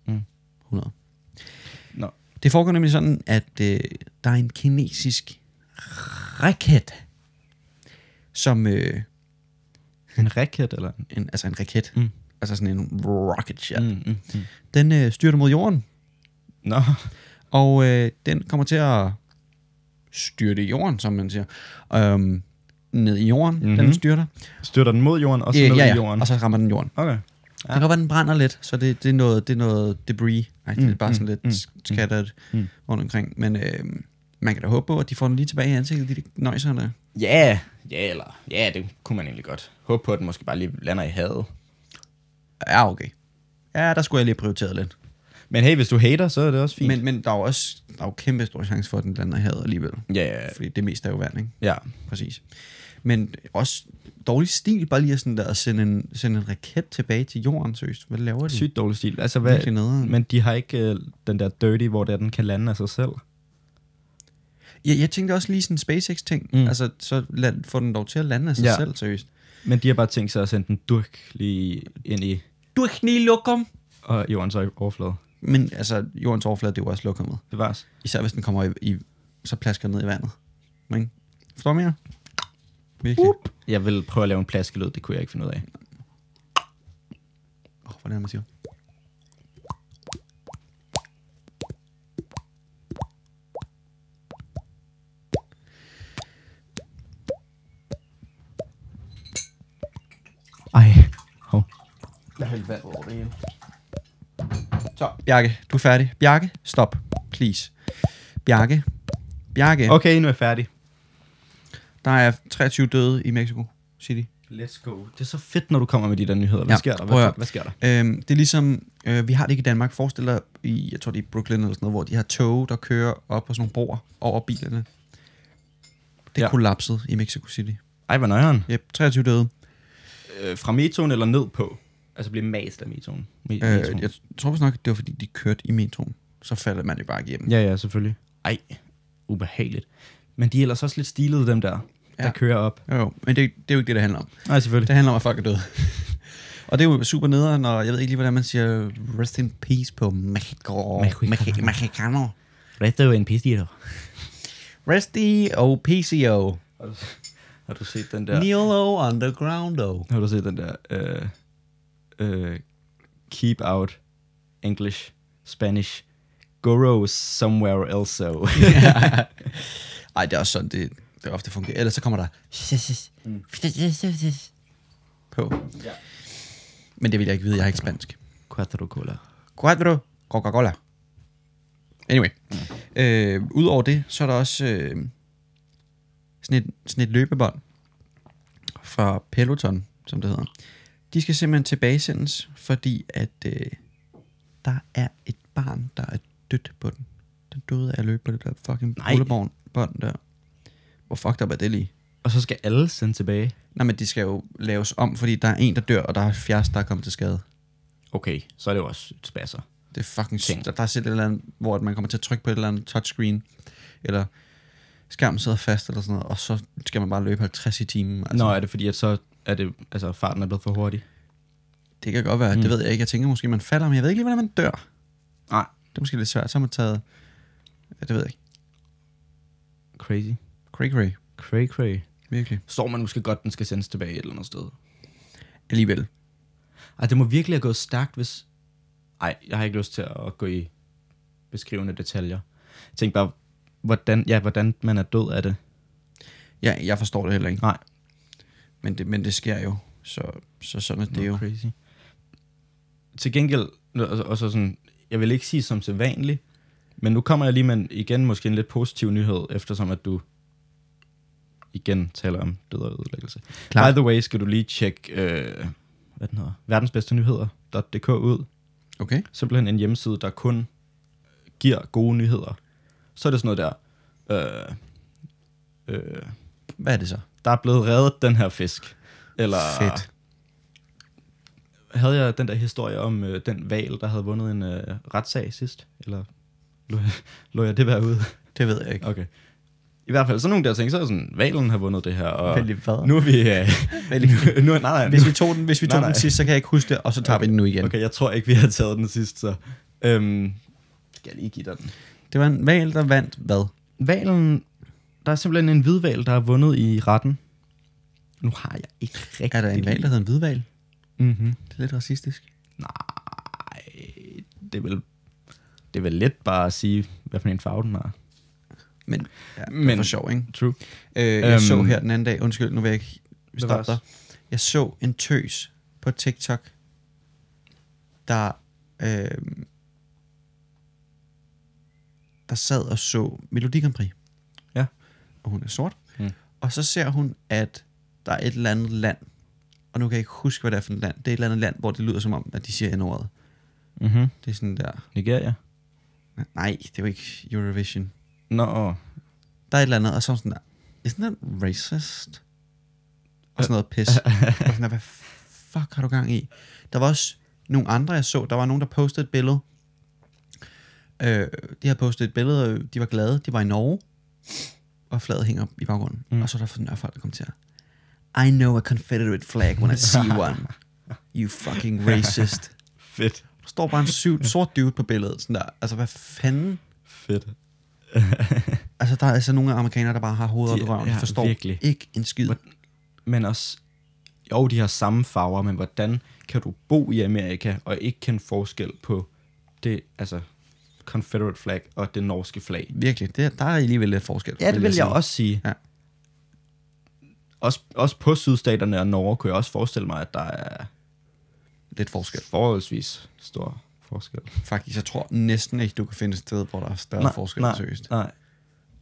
[SPEAKER 1] Mm.
[SPEAKER 2] 100.
[SPEAKER 1] Nå.
[SPEAKER 2] Det foregår nemlig sådan, at øh, der er en kinesisk raket, som øh,
[SPEAKER 1] En raket, eller?
[SPEAKER 2] en, altså en raket,
[SPEAKER 1] Mm.
[SPEAKER 2] mm. altså sådan en rocket ship, mm.
[SPEAKER 1] Mm, mm, mm.
[SPEAKER 2] den øh, styrter mod jorden,
[SPEAKER 1] Nå,
[SPEAKER 2] og øh, den kommer til at styrte jorden, som man siger, øhm, ned i jorden, mm-hmm.
[SPEAKER 1] Mhm.
[SPEAKER 2] den styrter,
[SPEAKER 1] styrter den mod jorden, og så
[SPEAKER 2] Øh,
[SPEAKER 1] ned
[SPEAKER 2] ja,
[SPEAKER 1] i
[SPEAKER 2] ja,
[SPEAKER 1] jorden.
[SPEAKER 2] og så rammer den jorden.
[SPEAKER 1] Okay.
[SPEAKER 2] Ja. Det kan godt være, den brænder lidt, så det, det, er, noget, det er noget debris. Ej, det er bare sådan lidt skattet
[SPEAKER 1] mm.
[SPEAKER 2] rundt omkring. Men øh, man kan da håbe på, at de får den lige tilbage i ansigtet, de der nøjser der.
[SPEAKER 1] Ja, ja, eller, ja, det kunne man egentlig godt. Håbe på, at den måske bare lige lander i havet.
[SPEAKER 2] Ja, okay. Ja, der skulle jeg lige have prioriteret lidt.
[SPEAKER 1] Men hey, hvis du hater, så er det også fint.
[SPEAKER 2] Men, men der er jo også der er jo kæmpe stor chance for, at den lander i havet alligevel.
[SPEAKER 1] ja, ja,
[SPEAKER 2] Fordi det meste er jo vand, ikke?
[SPEAKER 1] ja.
[SPEAKER 2] Præcis. Men også dårlig stil, bare lige at sådan der, at sende en, sende en raket tilbage til jorden, seriøst. Hvad laver de?
[SPEAKER 1] Sygt dårlig stil. Altså,
[SPEAKER 2] Mm. Virkelig
[SPEAKER 1] hvad,
[SPEAKER 2] nederen.
[SPEAKER 1] men de har ikke øh, den der dirty, hvor der den kan lande af sig selv.
[SPEAKER 2] Jeg, jeg tænkte også lige sådan en SpaceX-ting.
[SPEAKER 1] Mm.
[SPEAKER 2] Mm. Altså, så lad, få den dog til at lande af sig
[SPEAKER 1] Ja.
[SPEAKER 2] ja. selv, seriøst.
[SPEAKER 1] Men de har bare tænkt sig at sende den durk lige ind i
[SPEAKER 2] Du er knilokum.
[SPEAKER 1] og jordens overflade.
[SPEAKER 2] Men altså, jordens overflade, det er jo også lokummet.
[SPEAKER 1] Bevares.
[SPEAKER 2] Især hvis den kommer i, i så plasker den ned i vandet. Ikke? Forstår du hvad jeg mere? Virkelig. Åh,
[SPEAKER 1] Jeg vil prøve at lave en plaskelyd, det kunne jeg ikke finde ud af.
[SPEAKER 2] oh, hvordan man siger.
[SPEAKER 1] Ej, hov.
[SPEAKER 2] Jeg har vand over det hele. Så, Bjarke, du er færdig. Bjarke, stop. Please. Bjarke. Bjarke, okay.
[SPEAKER 1] Okay, nu er jeg færdig.
[SPEAKER 2] der er 23 døde i Mexico City.
[SPEAKER 1] Let's go. Det er så fedt, når du kommer med de der nyheder. Hvad
[SPEAKER 2] Ja,
[SPEAKER 1] ja, sker der?
[SPEAKER 2] prøv at
[SPEAKER 1] Hvad,
[SPEAKER 2] høre.
[SPEAKER 1] hvad sker der?
[SPEAKER 2] Øhm, det er ligesom, øh, vi har det ikke i Danmark. Forestil dig, i, jeg tror det er i Brooklyn eller sådan noget, hvor de har tog, der kører op på sådan nogle broer over bilerne. Det ja.
[SPEAKER 1] Ja.
[SPEAKER 2] kollapsede i Mexico City.
[SPEAKER 1] Ej, hvad nøjeren?
[SPEAKER 2] Yep, 23 døde.
[SPEAKER 1] Øh, fra metroen eller ned på? Altså blive mast af metroen. Me- metroen.
[SPEAKER 2] Øh, jeg tror vist nok, det var fordi, de kørte i metroen. Så falder man jo bare igennem.
[SPEAKER 1] Ja, ja, selvfølgelig. Ej, ubehageligt. Men de er ellers også lidt stilede, dem der, ja.
[SPEAKER 2] Ja.
[SPEAKER 1] der kører op.
[SPEAKER 2] Jo, jo, men det, det er jo ikke det, det handler om.
[SPEAKER 1] Nej, selvfølgelig.
[SPEAKER 2] Det handler om, at folk er døde. og det er jo super nederen, og jeg ved ikke lige, hvordan man siger rest in peace på Mexico.
[SPEAKER 1] Mexico.
[SPEAKER 2] Mexi- Mexicano.
[SPEAKER 1] Rest er jo en pisse,
[SPEAKER 2] Rest i OPCO.
[SPEAKER 1] Har du set den
[SPEAKER 2] Ja.
[SPEAKER 1] der...
[SPEAKER 2] Nilo Undergroundo.
[SPEAKER 1] Har du set den der... Øh, øh, keep out English, Spanish, Goro somewhere else. so.
[SPEAKER 2] Ej, det er også sådan, det, det ofte fungerer. Ellers så kommer der på. Mm. Ja. Men det vil jeg ikke vide, jeg er ikke spansk.
[SPEAKER 1] Quattro cola.
[SPEAKER 2] Cuatro Coca-Cola. Anyway. Øh, Udover det, så er der også øh, sådan, et, sådan et løbebånd fra Peloton, som det hedder. De skal simpelthen tilbagesendes, fordi at øh, der er et barn, der er dødt på den. Den døde af at løbe på det der fucking
[SPEAKER 1] Nej.
[SPEAKER 2] rullebånd bånd der. Hvor fucked up er det lige?
[SPEAKER 1] Og så skal alle sende tilbage.
[SPEAKER 2] Nej, men de skal jo laves om, fordi der er en, der dør, og der er 70, der er kommet til skade.
[SPEAKER 1] Okay, så er det jo også et spasser.
[SPEAKER 2] Det er fucking
[SPEAKER 1] ting.
[SPEAKER 2] sygt. Der er selv et eller andet, hvor at man kommer til at trykke på et eller andet touchscreen, eller skærmen sidder fast eller sådan noget, og så skal man bare løbe 50 i timen. Altså,
[SPEAKER 1] Nå, er det fordi, at så er det, altså, farten er blevet for hurtig?
[SPEAKER 2] Det kan godt være, mm. det ved jeg ikke. Jeg tænker måske, man falder, men jeg ved ikke lige, hvordan man dør.
[SPEAKER 1] Nej.
[SPEAKER 2] Det er måske lidt svært. Så har man taget... Ja, det ved jeg ikke.
[SPEAKER 1] Crazy.
[SPEAKER 2] Cray cray.
[SPEAKER 1] Cray cray.
[SPEAKER 2] Virkelig.
[SPEAKER 1] Så man måske godt, den skal sendes tilbage et eller andet sted.
[SPEAKER 2] Alligevel.
[SPEAKER 1] Ej, det må virkelig have gået stærkt, hvis... Ej, jeg har ikke lyst til at gå i beskrivende detaljer. Jeg tænkte bare, hvordan, ja, hvordan man er død af det.
[SPEAKER 2] Ja, jeg forstår det heller ikke.
[SPEAKER 1] Nej.
[SPEAKER 2] Men det, men det sker jo. Så, så sådan er det jo.
[SPEAKER 1] crazy. Til gengæld, og så- og så sådan, jeg vil ikke sige som sædvanligt, men nu kommer jeg lige med en, igen måske en lidt positiv nyhed, eftersom at du igen taler om død og ødelæggelse.
[SPEAKER 2] Klart.
[SPEAKER 1] By the way, skal du lige tjekke, øh, hvad den hedder, verdensbedstenyheder.dk ud.
[SPEAKER 2] Okay.
[SPEAKER 1] simpelthen en hjemmeside, der kun øh, giver gode nyheder. Så er det sådan noget der, øh, øh,
[SPEAKER 2] Hvad er det så?
[SPEAKER 1] der er blevet reddet den her fisk. Eller
[SPEAKER 2] Fedt.
[SPEAKER 1] havde jeg den der historie om øh, den val, der havde vundet en øh, retssag sidst? Eller lå jeg, lå jeg det være ude?
[SPEAKER 2] Det ved jeg ikke.
[SPEAKER 1] Okay. I hvert fald, så er nogen der tænker, så er det sådan, valen har vundet det her, og
[SPEAKER 2] Vældig hvad?
[SPEAKER 1] nu er vi... Øh, nu, nu, nej, nej,
[SPEAKER 2] Hvis
[SPEAKER 1] nu,
[SPEAKER 2] vi tog den, hvis vi tog
[SPEAKER 1] Nej,
[SPEAKER 2] den
[SPEAKER 1] nej.
[SPEAKER 2] sidst, så kan jeg ikke huske det, og så tager okay. vi den nu igen.
[SPEAKER 1] Okay, jeg tror ikke, vi har taget den sidst, så... Øhm, skal jeg lige give dig den?
[SPEAKER 2] Det var en valg, der vandt hvad?
[SPEAKER 1] Valen, der er simpelthen en hvidval, der har vundet i retten. Nu har jeg ikke rigtig...
[SPEAKER 2] Er der en valg, der hedder en hvidvalg?
[SPEAKER 1] Mm-hmm.
[SPEAKER 2] Det er lidt racistisk.
[SPEAKER 1] Det er vel... Det er vel let bare at sige, hvad for en farve den har.
[SPEAKER 2] Men, ja, Men det er
[SPEAKER 1] Men-
[SPEAKER 2] for sjov, ikke?
[SPEAKER 1] True.
[SPEAKER 2] Øh, jeg
[SPEAKER 1] Øhm.
[SPEAKER 2] så her den anden dag, undskyld, nu vil jeg ikke
[SPEAKER 1] Det var
[SPEAKER 2] stoppe dig. Jeg så en tøs på TikTok, der, øh, der sad og så Melodi Grand Prix.
[SPEAKER 1] Ja.
[SPEAKER 2] Og hun er sort.
[SPEAKER 1] Mm.
[SPEAKER 2] Og så ser hun, at der er et eller andet land, og nu kan jeg ikke huske, hvad det er for et land. Det er et eller andet land, hvor det lyder som om, at de siger N-ordet.
[SPEAKER 1] Mm-hmm.
[SPEAKER 2] Det er sådan der,
[SPEAKER 1] Nigeria.
[SPEAKER 2] nej, det er jo ikke Eurovision.
[SPEAKER 1] Nå,
[SPEAKER 2] der er et eller andet, og så er hun sådan der, isn't that racist? Og sådan noget pis. og sådan der, hvad fuck har du gang i? Der var også nogle andre, jeg så, der var nogen, der postede et billede. Øh, de har postet et billede, øh, de var glade, de var i Norge, og flaget hænger i baggrunden. Mm. Og så er der for der folk, der kommer til at, I know a Confederate flag when I see one. You fucking racist.
[SPEAKER 1] fedt.
[SPEAKER 2] Der står bare en syv, sort dude på billedet, sådan der. Altså, hvad fanden?
[SPEAKER 1] Fedt.
[SPEAKER 2] Altså, der er altså nogle amerikanere, der bare har hovedet op i
[SPEAKER 1] De-
[SPEAKER 2] røven, ja,
[SPEAKER 1] ja,
[SPEAKER 2] forstår virkelig.
[SPEAKER 1] virkelig.
[SPEAKER 2] ikke en skid.
[SPEAKER 1] Hvor- Men også... Jo, de har samme farver, men hvordan kan du bo i Amerika og ikke kende forskel på det, altså Confederate flag og det norske flag?
[SPEAKER 2] Virkelig, det, der er alligevel lidt forskel.
[SPEAKER 1] Ja, det vil jeg
[SPEAKER 2] sige.
[SPEAKER 1] også sige.
[SPEAKER 2] Ja.
[SPEAKER 1] Også, også på sydstaterne og Norge kunne jeg også forestille mig, at der er
[SPEAKER 2] Lidt forskel.
[SPEAKER 1] forholdsvis stor forskel.
[SPEAKER 2] Faktisk, jeg tror næsten ikke, du kan finde et sted, hvor der er større nej, forskel
[SPEAKER 1] nej,
[SPEAKER 2] seriøst.
[SPEAKER 1] Nej.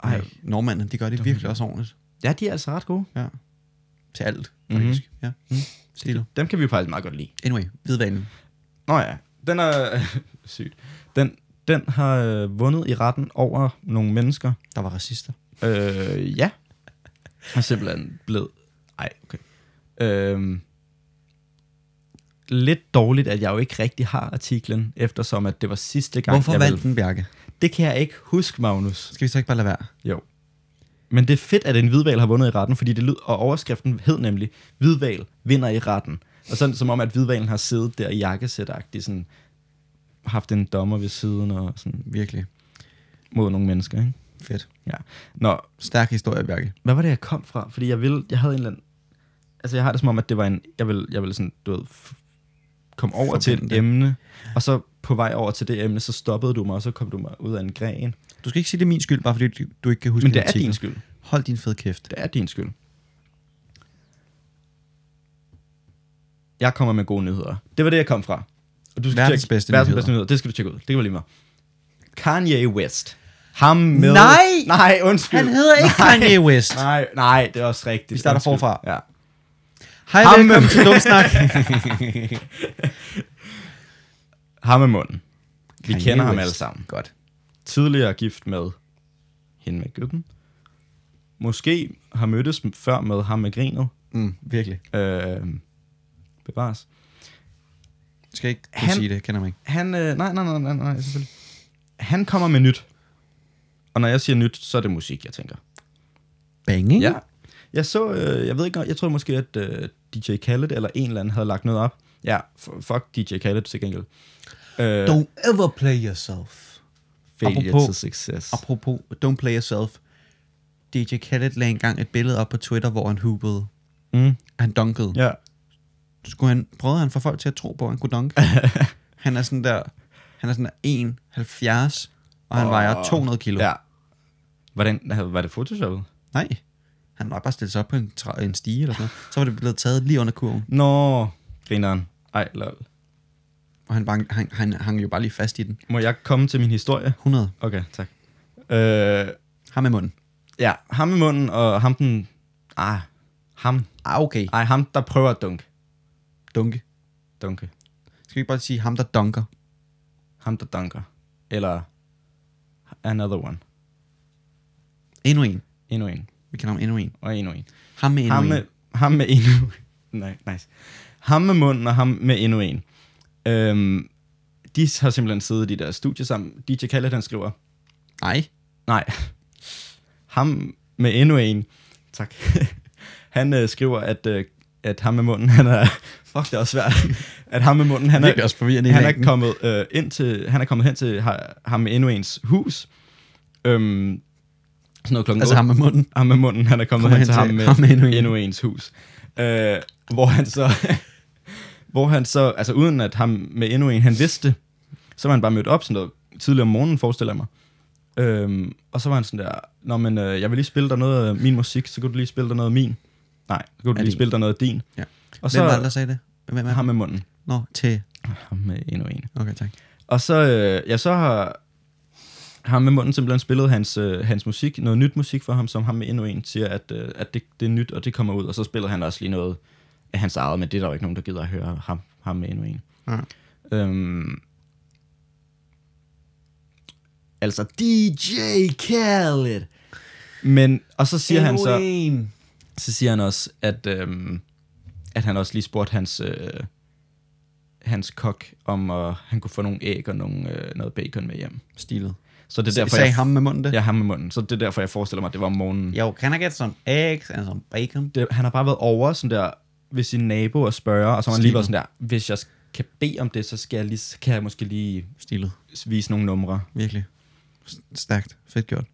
[SPEAKER 2] Ej,
[SPEAKER 1] Ej.
[SPEAKER 2] nordmanden, de gør det virkelig også ordentligt.
[SPEAKER 1] Ja, de er altså ret gode.
[SPEAKER 2] Ja. Til alt,
[SPEAKER 1] Mhm.
[SPEAKER 2] faktisk. Mm-hmm. Ja. Mm. Stilo.
[SPEAKER 1] Dem kan vi faktisk meget godt lide.
[SPEAKER 2] Anyway, hvidvanen.
[SPEAKER 1] Nå ja, den er sygt. Den, den har øh, vundet i retten over nogle mennesker.
[SPEAKER 2] Der var racister.
[SPEAKER 1] Øh, ja. Har simpelthen blevet... Ej, okay. Øh, lidt dårligt, at jeg jo ikke rigtig har artiklen, eftersom at det var sidste gang,
[SPEAKER 2] Hvorfor
[SPEAKER 1] jeg
[SPEAKER 2] valgte den Bjarke?
[SPEAKER 1] Det kan jeg ikke huske, Magnus.
[SPEAKER 2] Skal vi så ikke bare lade være?
[SPEAKER 1] Jo. Men det er fedt, at en hvidval har vundet i retten, fordi det lyd, og overskriften hed nemlig, hvidval vinder i retten. Og sådan som om, at hvidvalen har siddet der i jakkesætagtigt, sådan haft en dommer ved siden og sådan
[SPEAKER 2] Virkelig.
[SPEAKER 1] mod nogle mennesker, ikke?
[SPEAKER 2] Fedt.
[SPEAKER 1] Ja. Nå,
[SPEAKER 2] Stærk historie, Bjarke.
[SPEAKER 1] hvad var det, jeg kom fra? Fordi jeg ville, jeg havde en eller anden, altså jeg har det som om, at det var en, jeg ville, jeg ville sådan, du ved, f- komme over til
[SPEAKER 2] Forbinde
[SPEAKER 1] et
[SPEAKER 2] det.
[SPEAKER 1] emne, og så på vej over til det emne, så stoppede du mig, og så kom du mig ud af en gren.
[SPEAKER 2] Du skal ikke sige, det er min skyld, bare fordi du- du ikke kan huske
[SPEAKER 1] Men det er
[SPEAKER 2] artiklen.
[SPEAKER 1] din skyld.
[SPEAKER 2] Hold din fede kæft.
[SPEAKER 1] Det er din skyld. Jeg kommer med gode nyheder. Det var det, jeg kom fra. Og du skal
[SPEAKER 2] Verdens bedste
[SPEAKER 1] verdens
[SPEAKER 2] nyheder.
[SPEAKER 1] bedste nyheder. Det skal du tjekke ud. Det var lige meget. Kanye West. Ham med...
[SPEAKER 2] Nej!
[SPEAKER 1] Nej, undskyld.
[SPEAKER 2] Han hedder ikke
[SPEAKER 1] nej,
[SPEAKER 2] Kanye West.
[SPEAKER 1] Nej, nej, det er også rigtigt. Vi
[SPEAKER 2] starter forfra.
[SPEAKER 1] Ja.
[SPEAKER 2] Hej,
[SPEAKER 1] Ham-
[SPEAKER 2] velkommen til Dumsnak.
[SPEAKER 1] Ham med munden. Vi
[SPEAKER 2] Kanye
[SPEAKER 1] kender ham
[SPEAKER 2] West.
[SPEAKER 1] alle sammen.
[SPEAKER 2] Godt.
[SPEAKER 1] Tidligere gift med hende med gøtten. Måske har mødtes før med ham med grinet.
[SPEAKER 2] Mm, virkelig.
[SPEAKER 1] Øh, bevares.
[SPEAKER 2] Du skal ikke kunne
[SPEAKER 1] Han-
[SPEAKER 2] sige det, kender mig ikke.
[SPEAKER 1] Han, øh, nej, nej, nej, nej, nej, selvfølgelig. Han kommer med nyt. Og når jeg siger nyt, så er det musik, jeg tænker.
[SPEAKER 2] Bang, ikke?
[SPEAKER 1] Ja. Jeg så, øh, jeg ved ikke, jeg tror måske, at øh, DJ Khaled eller en eller anden havde lagt noget op. Ja, f- fuck DJ Khaled til gengæld. Øh,
[SPEAKER 2] Don't ever play yourself.
[SPEAKER 1] failure
[SPEAKER 2] apropos-
[SPEAKER 1] to success.
[SPEAKER 2] Apropos Don't Play Yourself. DJ Khaled lagde engang et billede op på Twitter, hvor han hoopede.
[SPEAKER 1] Mm,
[SPEAKER 2] Han dunkede.
[SPEAKER 1] ja.
[SPEAKER 2] Skulle han, prøvede han for folk til at tro på, at han kunne dunke? han er sådan der, han er sådan der 71, og han
[SPEAKER 1] Åh.
[SPEAKER 2] vejer 200 kilo.
[SPEAKER 1] ja. Hvordan, havde- var det photoshoppet?
[SPEAKER 2] Nej, han var bare stillet sig op på en, træ, en stige eller sådan noget. Så var det blevet taget lige under kurven,
[SPEAKER 1] Nå, grineren. Ej, lol.
[SPEAKER 2] og han, bang, han, han hang jo bare lige fast i den.
[SPEAKER 1] Må jeg komme til min historie?
[SPEAKER 2] 100.
[SPEAKER 1] Okay, tak. Øh,
[SPEAKER 2] Ham i munden.
[SPEAKER 1] ja, ham i munden og ham den... Ah, ham.
[SPEAKER 2] Ah, okay.
[SPEAKER 1] Ej, ham der prøver at dunke.
[SPEAKER 2] Dunke.
[SPEAKER 1] Dunke.
[SPEAKER 2] Skal vi ikke bare sige ham, der dunker?
[SPEAKER 1] Ham, der dunker. Eller another one.
[SPEAKER 2] Endnu en.
[SPEAKER 1] Endnu en.
[SPEAKER 2] Vi kalder ham endnu en.
[SPEAKER 1] Og endnu en.
[SPEAKER 2] Ham med endnu
[SPEAKER 1] ham,
[SPEAKER 2] en.
[SPEAKER 1] med, ham med endnu Nej, nice. Ham med munden og ham med endnu en. Øhm, de har simpelthen siddet i deres studie sammen. DJ Khaled, han skriver,
[SPEAKER 2] Nej.
[SPEAKER 1] nej, ham med endnu en, tak, han øh, skriver, at, øh, at ham med munden, han er, fuck det er også svært, at ham med munden, han
[SPEAKER 2] Virkelig
[SPEAKER 1] er,
[SPEAKER 2] også forvirrende i
[SPEAKER 1] han er
[SPEAKER 2] længden.
[SPEAKER 1] kommet øh, ind til, han er kommet hen til ha- ham med endnu ens hus, øhm, sådan noget klokken
[SPEAKER 2] Altså
[SPEAKER 1] otte.
[SPEAKER 2] ham med munden.
[SPEAKER 1] ham med munden, han er kommet hen, til ham med, ham med endnu, en. endnu ens hus. Øh, hvor han så, hvor han så, altså uden at ham med endnu en, han vidste, det, så var han bare mødt op sådan noget tidligere om morgenen, forestiller jeg mig. Øhm, og så var han sådan der, Nå, men øh, jeg vil lige spille dig noget af min musik, så kunne du lige spille dig noget af min. Nej, så kunne du
[SPEAKER 2] Af
[SPEAKER 1] lige
[SPEAKER 2] din.
[SPEAKER 1] spille dig noget af din.
[SPEAKER 2] Ja.
[SPEAKER 1] Og
[SPEAKER 2] Hvem var det,
[SPEAKER 1] så
[SPEAKER 2] der sagde det? Hvem er
[SPEAKER 1] ham med munden.
[SPEAKER 2] Nå, til...
[SPEAKER 1] Ham med endnu en.
[SPEAKER 2] Okay, tak.
[SPEAKER 1] Og så, øh, ja, så har ham med munden simpelthen spillet hans, øh, hans musik, noget nyt musik for ham, som ham med endnu en siger, at, øh, at det, det er nyt, og det kommer ud. Og så spillede han også lige noget af hans eget, men det er der jo ikke nogen, der gider at høre ham, ham med endnu en.
[SPEAKER 2] Ja.
[SPEAKER 1] Øhm, altså DJ Khaled. Men, og så siger han så,
[SPEAKER 2] en.
[SPEAKER 1] så siger han også, at, øhm, at han også lige spurgte hans, øh, hans kok, om øh, han kunne få nogle æg og nogle, øh, noget bacon med hjem.
[SPEAKER 2] Stilet.
[SPEAKER 1] Så det er
[SPEAKER 2] Derfor,
[SPEAKER 1] derfor,
[SPEAKER 2] sagde
[SPEAKER 1] jeg,
[SPEAKER 2] ham med munden det?
[SPEAKER 1] Ja, ham med munden. Så det er derfor, jeg forestiller mig, at det var om morgenen. Ja.
[SPEAKER 2] Jo, can I get some eggs and some bacon?
[SPEAKER 1] Det, han har bare været over sådan der, ved sin nabo og spørge, og så har han lige været sådan der, hvis jeg kan bede om det, så skal jeg lige, så kan jeg måske lige
[SPEAKER 2] Stilet.
[SPEAKER 1] vise nogle numre.
[SPEAKER 2] Virkelig. S- Stærkt. Fedt gjort.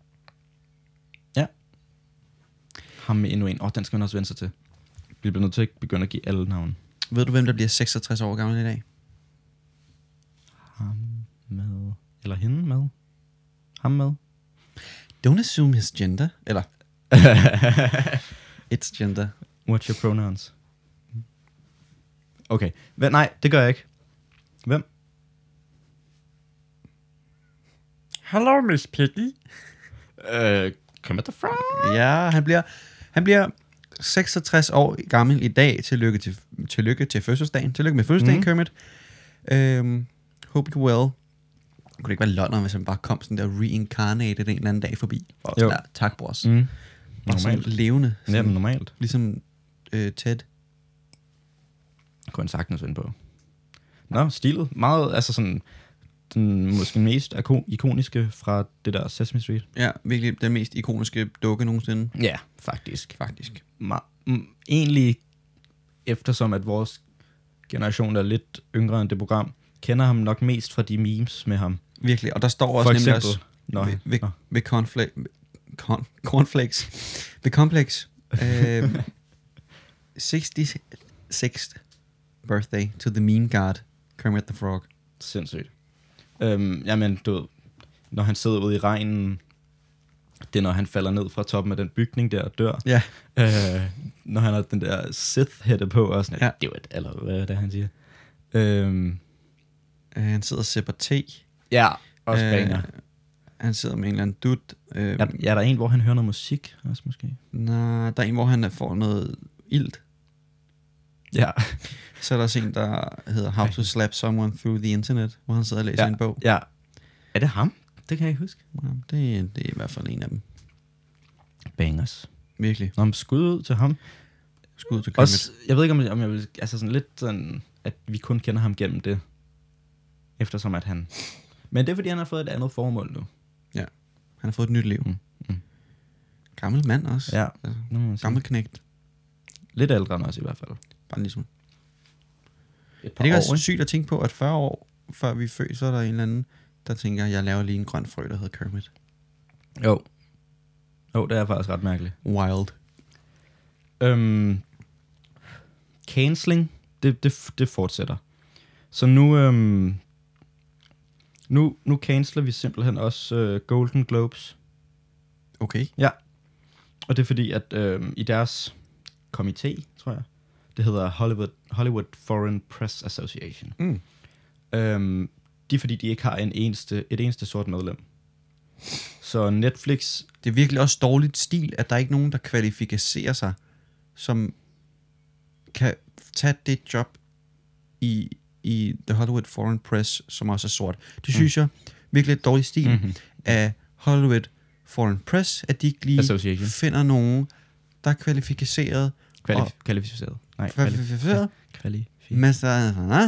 [SPEAKER 1] Ja. Ham med endnu en. Åh, oh, den skal man også vende sig til. Vi bliver nødt til at begynde at give alle navne.
[SPEAKER 2] Ved du, hvem der bliver 66 år gammel i dag?
[SPEAKER 1] Ham med... Eller hende med. Ham med.
[SPEAKER 2] Don't assume his gender. Eller... It's gender.
[SPEAKER 1] What's your pronouns? Okay. Hvad, nej, det gør jeg ikke. Hvem?
[SPEAKER 4] Hello, Miss Piggy.
[SPEAKER 1] Øh, come at the front.
[SPEAKER 2] Ja, han bliver, han bliver 66 år gammel i dag. Tillykke til, tillykke til fødselsdagen. Tillykke med
[SPEAKER 1] Mhm.
[SPEAKER 2] fødselsdagen, mm. Kermit. Øhm, hope you well. Kunne det ikke være London, hvis han bare kom sådan der reincarnated en eller anden dag forbi? Og
[SPEAKER 1] Jo.
[SPEAKER 2] jo. Der, tak, brors. Mm.
[SPEAKER 1] Mm.
[SPEAKER 2] Normalt.
[SPEAKER 1] Normalt.
[SPEAKER 2] Sådan levende.
[SPEAKER 1] Ja,
[SPEAKER 2] Sådan,
[SPEAKER 1] men normalt.
[SPEAKER 2] Ligesom øh, Ted.
[SPEAKER 1] Kunne han sagtens vinde på. Nå, stilet. Meget, altså sådan, den måske mest ako- ikoniske fra det der Sesame Street.
[SPEAKER 2] Ja, virkelig den mest ikoniske dukke nogensinde.
[SPEAKER 1] Ja, faktisk.
[SPEAKER 2] Faktisk.
[SPEAKER 1] Ma- m- egentlig, eftersom at vores generation der er lidt yngre end det program, kender ham nok mest fra de memes med ham.
[SPEAKER 2] Virkelig. Og der står også
[SPEAKER 1] For
[SPEAKER 2] nemlig
[SPEAKER 1] eksempel,
[SPEAKER 2] også
[SPEAKER 1] når
[SPEAKER 2] ved,
[SPEAKER 1] han,
[SPEAKER 2] ved,
[SPEAKER 1] nå,
[SPEAKER 2] ved cornflake, con, cornflakes. Ved kompleks. Øh, 66th birthday to the mean god, Kermit the Frog.
[SPEAKER 1] sindssygt. Øhm, jamen, du ved, når han sidder ude i regnen, det er, når han falder ned fra toppen af den bygning der og dør.
[SPEAKER 2] Ja,
[SPEAKER 1] Øh, når han har den der Sith-hætte på og sådan
[SPEAKER 2] Ja.
[SPEAKER 1] ja. det var et, eller hvad er det, han siger? Øhm,
[SPEAKER 2] øh, han sidder og sipper te.
[SPEAKER 1] ja, også
[SPEAKER 2] Øh,
[SPEAKER 1] øh, banger.
[SPEAKER 2] Han sidder med en eller anden dut. Øh, ja.
[SPEAKER 1] Er, er der en, hvor han hører noget musik også måske?
[SPEAKER 2] Nej, der er en, hvor han får noget ilt.
[SPEAKER 1] Ja,
[SPEAKER 2] Så er der også en, der hedder How to Slap Someone Through the Internet, hvor han sidder og læser
[SPEAKER 1] ja,
[SPEAKER 2] en bog.
[SPEAKER 1] ja. Er det ham? Det kan jeg ikke huske.
[SPEAKER 2] Ja, det, det er i hvert fald en af dem.
[SPEAKER 1] Bangers.
[SPEAKER 2] Virkelig.
[SPEAKER 1] Nå, men skud ud til ham.
[SPEAKER 2] Skud til Kermit.
[SPEAKER 1] Også, jeg ved ikke, om jeg, om jeg vil... Altså sådan lidt sådan, at vi kun kender ham gennem det. Eftersom at han... Men det er, fordi han har fået et andet formål nu.
[SPEAKER 2] Han har fået et nyt liv. Mm.
[SPEAKER 1] Mm,
[SPEAKER 2] Mm. Gammel mand også.
[SPEAKER 1] Ja.
[SPEAKER 2] Altså,
[SPEAKER 1] Nu må man sige.
[SPEAKER 2] gammel knægt.
[SPEAKER 1] Lidt ældre end os i hvert fald.
[SPEAKER 2] Bare ligesom.
[SPEAKER 1] Et
[SPEAKER 2] Er det ikke også sygt at tænke på, at 40 år før vi er født, så er der en eller anden, der tænker, jeg laver lige en grøn frø, der hedder Kermit.
[SPEAKER 1] Jo. Jo, det er faktisk ret mærkeligt.
[SPEAKER 2] Wild.
[SPEAKER 1] Øhm, canceling, det, det, det fortsætter. Så nu, øhm, nu, nu canceler vi simpelthen også øh, Golden Globes.
[SPEAKER 2] Okay.
[SPEAKER 1] Og det er fordi, at øhm, i deres komité, tror jeg, det hedder Hollywood, Hollywood Foreign Press Association.
[SPEAKER 2] Mm.
[SPEAKER 1] Øhm, det er fordi, de ikke har en eneste, et eneste sort medlem. Så Netflix,
[SPEAKER 2] Det er virkelig også dårligt stil, at der ikke er nogen, der kvalificerer sig, som kan tage det job i, i The Hollywood Foreign Press, som også er sort. Det synes mm. jeg virkelig er et dårligt stil mm-hmm. af Hollywood Foreign Press, at de ikke lige
[SPEAKER 1] Association.
[SPEAKER 2] finder nogen, der er kvalificeret.
[SPEAKER 1] kvali-
[SPEAKER 2] Og-
[SPEAKER 1] kvalificeret. Nej, kvali-
[SPEAKER 2] Kvalificeret.
[SPEAKER 1] kvalificeret.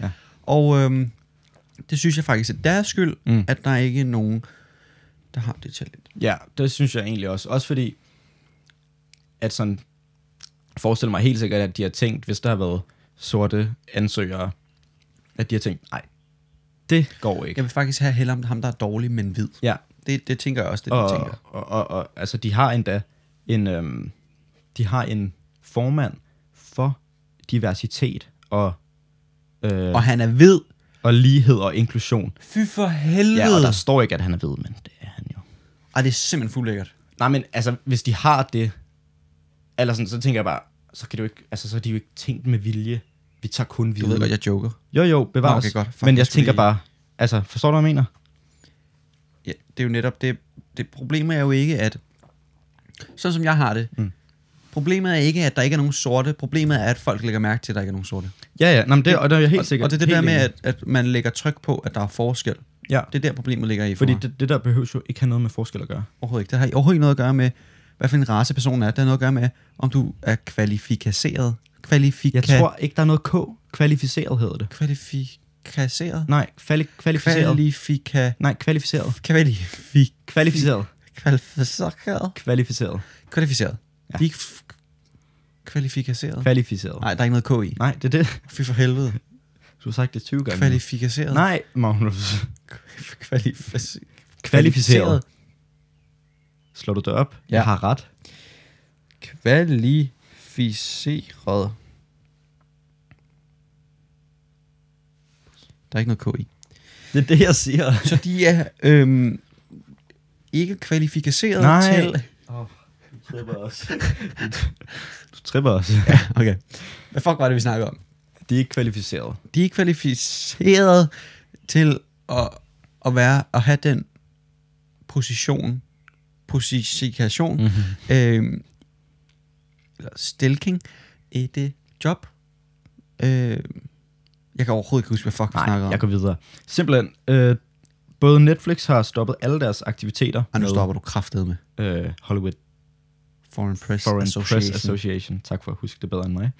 [SPEAKER 2] Ja.
[SPEAKER 1] Ja.
[SPEAKER 2] Og øhm, det synes jeg faktisk er deres skyld, mm.
[SPEAKER 1] Mm.
[SPEAKER 2] at der ikke er nogen, der har det talent.
[SPEAKER 1] Ja, det synes jeg egentlig også. Også fordi, at sådan, forestil mig helt sikkert, at de har tænkt, hvis der har været sorte ansøgere, at de har tænkt, nej, det går ikke.
[SPEAKER 2] Jeg vil faktisk have hellere ham, der er dårlig, men hvid.
[SPEAKER 1] Ja,
[SPEAKER 2] Det, det tænker jeg også, det
[SPEAKER 1] og,
[SPEAKER 2] de tænker.
[SPEAKER 1] og, og, og altså, de har endda en, øhm, de har en formand for diversitet og, øh,
[SPEAKER 2] Og han er hvid.
[SPEAKER 1] og lighed og inklusion.
[SPEAKER 4] Fy for helvede.
[SPEAKER 1] Ja, og der står ikke, at han er hvid, men det er han jo.
[SPEAKER 2] Ej, det er simpelthen fuldt lækkert.
[SPEAKER 1] Nej, men altså, hvis de har det, eller sådan, så tænker jeg bare, så kan du ikke, altså, så er de jo ikke tænkt med vilje. Vi tager kun
[SPEAKER 2] Du
[SPEAKER 1] vilje.
[SPEAKER 2] ved godt, jeg joker.
[SPEAKER 1] Jo, jo, bevares.
[SPEAKER 2] Nå, okay, godt. Fuck,
[SPEAKER 1] men
[SPEAKER 2] jeg
[SPEAKER 1] jeg
[SPEAKER 2] skulle
[SPEAKER 1] tænker
[SPEAKER 2] lige-
[SPEAKER 1] bare, altså, forstår du, hvad jeg mener?
[SPEAKER 2] Ja, det er jo netop det. Det problemet er jo ikke, at... Sådan som jeg har det. Mm. Problemet er ikke, at der ikke er nogen sorte. Problemet er, at folk lægger mærke til, at der ikke er nogen sorte.
[SPEAKER 1] Ja, ja, Nå, men det, og det er jeg helt sikkert.
[SPEAKER 2] Og det er det
[SPEAKER 1] helt
[SPEAKER 2] der med,
[SPEAKER 1] enig.
[SPEAKER 2] at, at man lægger tryk på, at der er forskel.
[SPEAKER 1] Ja,
[SPEAKER 2] Det er der, problemet ligger i for
[SPEAKER 1] fordi
[SPEAKER 2] mig.
[SPEAKER 1] det, det der behøver jo ikke have noget med forskel at gøre.
[SPEAKER 2] Overhovedet ikke. Det har overhovedet ikke noget at gøre med, hvad for en race personen er. Det har noget at gøre med, om du er kvalificeret. Kvalifika-
[SPEAKER 1] Jeg tror ikke, der er noget K. Kvalificeret hedder det.
[SPEAKER 2] Kvalificeret?
[SPEAKER 1] Nej, kvali- kvalificeret.
[SPEAKER 2] Kvalifika...
[SPEAKER 1] Nej, kvalificeret.
[SPEAKER 2] Kvalifik...
[SPEAKER 1] Kvalificeret.
[SPEAKER 2] Kvalificeret?
[SPEAKER 1] Kvalificeret.
[SPEAKER 2] Kvalificeret. Ja.
[SPEAKER 1] Ja.
[SPEAKER 2] De er ikke f- kvalificeret.
[SPEAKER 1] Kvalificeret.
[SPEAKER 2] Nej, der er ikke noget K i.
[SPEAKER 1] Nej, det er det.
[SPEAKER 2] Fy for helvede.
[SPEAKER 1] Du har sagt det 20 gange. nu.
[SPEAKER 2] Kvalificeret.
[SPEAKER 1] Nej, Magnus.
[SPEAKER 2] Kvalificeret.
[SPEAKER 1] Kvalificeret. Slår du det op?
[SPEAKER 2] Ja.
[SPEAKER 1] Jeg har ret.
[SPEAKER 2] Kvalificeret. Der er ikke noget K i.
[SPEAKER 1] Det er det, jeg siger.
[SPEAKER 2] Så de er øhm, ikke kvalificeret
[SPEAKER 1] Nej.
[SPEAKER 2] til...
[SPEAKER 1] Du tripper os. du tripper os.
[SPEAKER 2] Okay. Hvad fuck var det, vi snakkede om?
[SPEAKER 1] De er ikke kvalificeret.
[SPEAKER 2] De er kvalificeret til at, at være at have den position, position,
[SPEAKER 1] Mhm.
[SPEAKER 2] mm-hmm. øh, eller stilking, et job. Øh, jeg kan overhovedet ikke huske, hvad fuck vi
[SPEAKER 1] Nej,
[SPEAKER 2] snakker om.
[SPEAKER 1] jeg går videre. Simpelthen, øh, både Netflix har stoppet alle deres aktiviteter
[SPEAKER 2] Og nu
[SPEAKER 1] med,
[SPEAKER 2] stopper du kraftet med
[SPEAKER 1] øh, Hollywood
[SPEAKER 2] Foreign Press
[SPEAKER 1] Foreign
[SPEAKER 2] Association.
[SPEAKER 1] Press Association. Tak for at huske det bedre end mig.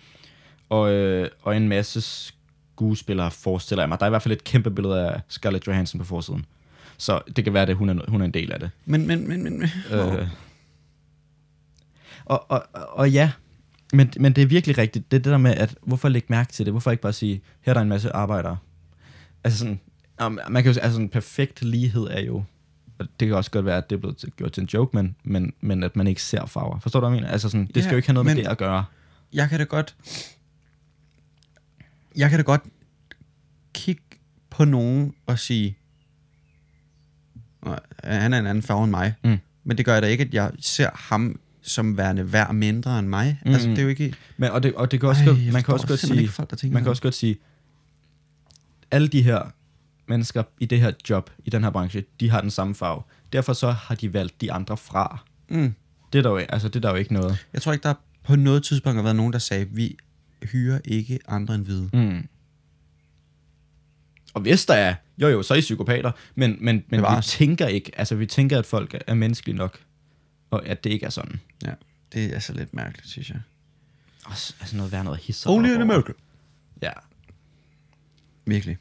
[SPEAKER 1] Og, øh, og en masse skuespillere forestiller jeg mig. Der er i hvert fald et kæmpe billede af Scarlett Johansson på forsiden. Så det kan være, at hun er, hun er en del af det.
[SPEAKER 2] Men, men, men, men, men.
[SPEAKER 1] Øh. Og, og, og- og ja, men, men det er virkelig rigtigt. Det er det der med, at hvorfor lægge mærke til det? Hvorfor ikke bare sige, her er der en masse arbejdere? Altså sådan, om- man kan jo, altså en perfekt lighed er jo, og det kan også godt være, at det er blevet til- gjort til en joke, men, men, men at man ikke ser farver. Forstår du, hvad jeg mener? Altså sådan, det skal
[SPEAKER 2] Ja,
[SPEAKER 1] jo ikke have noget med
[SPEAKER 2] men-
[SPEAKER 1] det at gøre.
[SPEAKER 2] jeg kan da godt... Jeg kan da godt kigge på nogen og sige, "Nå, han er en anden farve end mig.
[SPEAKER 1] Mm.
[SPEAKER 2] Men det gør jeg da ikke, at jeg ser ham som værende værd mindre end mig. Mm. Altså,
[SPEAKER 1] Mm.
[SPEAKER 2] det er jo ikke...
[SPEAKER 1] Men, og, det, og det kan også, Ej,
[SPEAKER 2] jeg
[SPEAKER 1] godt, man kan
[SPEAKER 2] forstår
[SPEAKER 1] også godt
[SPEAKER 2] simpelthen
[SPEAKER 1] sige,
[SPEAKER 2] ikke folk, der tænker
[SPEAKER 1] man kan
[SPEAKER 2] sådan.
[SPEAKER 1] også godt sige, alle de her mennesker i det her job, i den her branche, de har den samme farve. Derfor så har de valgt de andre fra.
[SPEAKER 2] Mm.
[SPEAKER 1] Det er der jo, altså, det er der jo ikke noget.
[SPEAKER 2] Jeg tror ikke, der på noget tidspunkt har været nogen, der sagde, vi hyrer ikke andre end hvide.
[SPEAKER 1] Mm. Og hvis der er, jo jo, så er I psykopater, men, men, men vi
[SPEAKER 2] Bevares.
[SPEAKER 1] tænker ikke, altså vi tænker, at folk er menneskelige nok, og at det ikke er sådan.
[SPEAKER 2] Ja, det er så lidt mærkeligt, synes jeg.
[SPEAKER 1] Også, altså noget værd noget hisser.
[SPEAKER 2] Only
[SPEAKER 1] op over.
[SPEAKER 2] in America.
[SPEAKER 1] Ja.
[SPEAKER 2] Virkelig.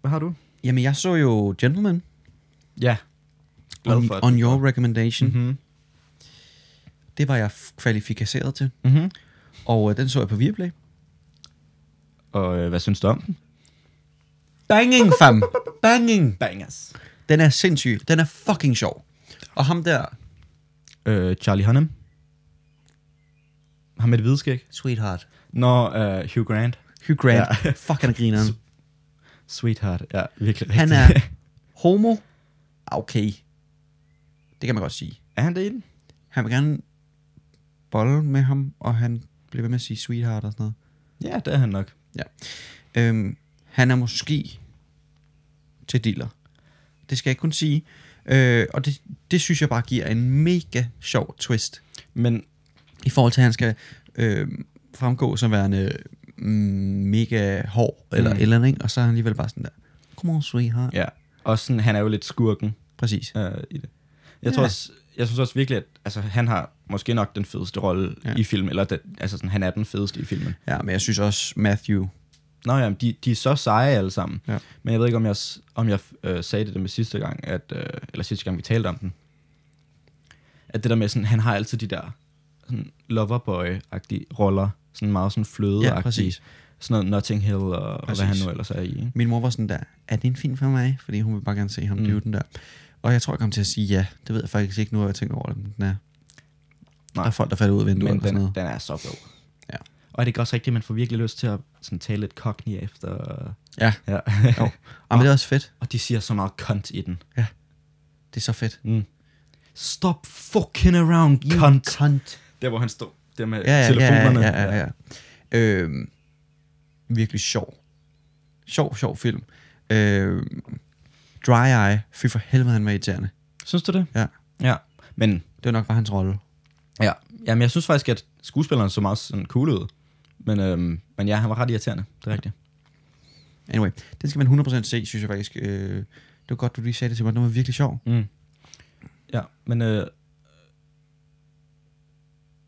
[SPEAKER 1] Hvad har du?
[SPEAKER 2] Jamen, jeg så jo Gentleman
[SPEAKER 1] Ja. Glad
[SPEAKER 2] on,
[SPEAKER 1] for, at
[SPEAKER 2] on
[SPEAKER 1] du-
[SPEAKER 2] your recommendation.
[SPEAKER 1] Mhm.
[SPEAKER 2] Det var jeg f- kvalificeret til.
[SPEAKER 1] Mhm.
[SPEAKER 2] Og øh, den så jeg på Viaplay.
[SPEAKER 1] Og øh, hvad synes du om den?
[SPEAKER 2] Banging, fam! Banging!
[SPEAKER 1] Bangers.
[SPEAKER 2] Den er sindssyg. Den er fucking sjov. Og ham der...
[SPEAKER 1] Øh, Charlie Hunnam. Ham med det hvide skæg.
[SPEAKER 2] Sweetheart.
[SPEAKER 1] Nå, øh, Hugh Grant.
[SPEAKER 2] Hugh Grant.
[SPEAKER 1] Ja.
[SPEAKER 2] Ja. Fuck, han er grineren.
[SPEAKER 1] Sweetheart. Ja, virkelig
[SPEAKER 2] Han
[SPEAKER 1] rigtig.
[SPEAKER 2] er homo. Okay. Det kan man godt sige.
[SPEAKER 1] er han det i den?
[SPEAKER 2] Han vil gerne bolle med ham, og han bliver ved med at sige sweetheart og sådan noget.
[SPEAKER 1] Ja, det er han nok.
[SPEAKER 2] Ja. Øhm, han er måske til dealer. Det skal jeg kun sige. Øh, og det, det synes jeg bare giver en mega sjov twist.
[SPEAKER 1] Men
[SPEAKER 2] I forhold til, at han skal øh, fremgå som værende mm, mega hård eller
[SPEAKER 1] Mm.
[SPEAKER 2] mm. eller andet, ikke? og så er han alligevel bare sådan der, come on sweetheart. Ja.
[SPEAKER 1] ja, også sådan, han er jo lidt skurken.
[SPEAKER 2] Præcis.
[SPEAKER 1] øh, i det. Jeg, ja. tror
[SPEAKER 2] Ja.
[SPEAKER 1] også, jeg synes også virkelig, at altså, han har måske nok den fedeste rolle ja.
[SPEAKER 2] Ja.
[SPEAKER 1] i filmen, eller den, altså, sådan, han er den fedeste i filmen.
[SPEAKER 2] Ja, men jeg synes også Matthew,
[SPEAKER 1] Nå ja, de, de er så seje alle sammen,
[SPEAKER 2] Ja.
[SPEAKER 1] men jeg ved ikke, om jeg, s- om jeg øh, sagde det der med sidste gang, at, øh, eller sidste gang vi talte om den, at det der med, sådan, han har altid de der sådan, loverboy-agtige roller, sådan meget sådan fløde
[SPEAKER 2] Ja, præcis.
[SPEAKER 1] sådan noget Notting Hill og, og hvad
[SPEAKER 2] Præcis.
[SPEAKER 1] han nu ellers er i. Ikke?
[SPEAKER 2] min mor var sådan der, er det en film for mig? Fordi hun vil bare gerne se ham, mm. det er jo den der. Og jeg tror, jeg kom til at sige ja. Det ved jeg faktisk ikke nu, hvor jeg tænker over det, men den er.
[SPEAKER 1] Nej.
[SPEAKER 2] Nej. Der er folk, der falder ud af vinduet
[SPEAKER 1] Men
[SPEAKER 2] og sådan
[SPEAKER 1] den,
[SPEAKER 2] noget.
[SPEAKER 1] den er så god.
[SPEAKER 2] Ja.
[SPEAKER 1] Og er det ikke også rigtigt, at man får virkelig lyst til at sådan, tale lidt cockney efter...
[SPEAKER 2] Ja.
[SPEAKER 1] ja.
[SPEAKER 2] Jo. Jamen, det er også fedt.
[SPEAKER 1] Og de siger så meget cunt i den.
[SPEAKER 2] Det er så fedt.
[SPEAKER 1] Stop fucking around, cunt.
[SPEAKER 2] Kant.
[SPEAKER 1] Der, hvor han står. Der med
[SPEAKER 2] Ja, ja,
[SPEAKER 1] telefonerne.
[SPEAKER 2] ja, ja, ja, ja. Øhm, virkelig sjov. Sjov, sjov film. Øhm, Dry Eye. Fy for helvede, han var irriterende.
[SPEAKER 1] Synes du det?
[SPEAKER 2] Ja.
[SPEAKER 1] Ja. Men,
[SPEAKER 2] Det var nok bare hans rolle.
[SPEAKER 1] ja. Jamen, jeg synes faktisk, at skuespilleren så meget sådan cool ud. Men, øhm, men ja, han var ret irriterende. Det er rigtigt.
[SPEAKER 2] Anyway, den skal man 100% se, synes jeg faktisk. Øh, det var godt, du lige sagde det til mig. Den var virkelig sjov.
[SPEAKER 1] Mm. Ja, men... Øh,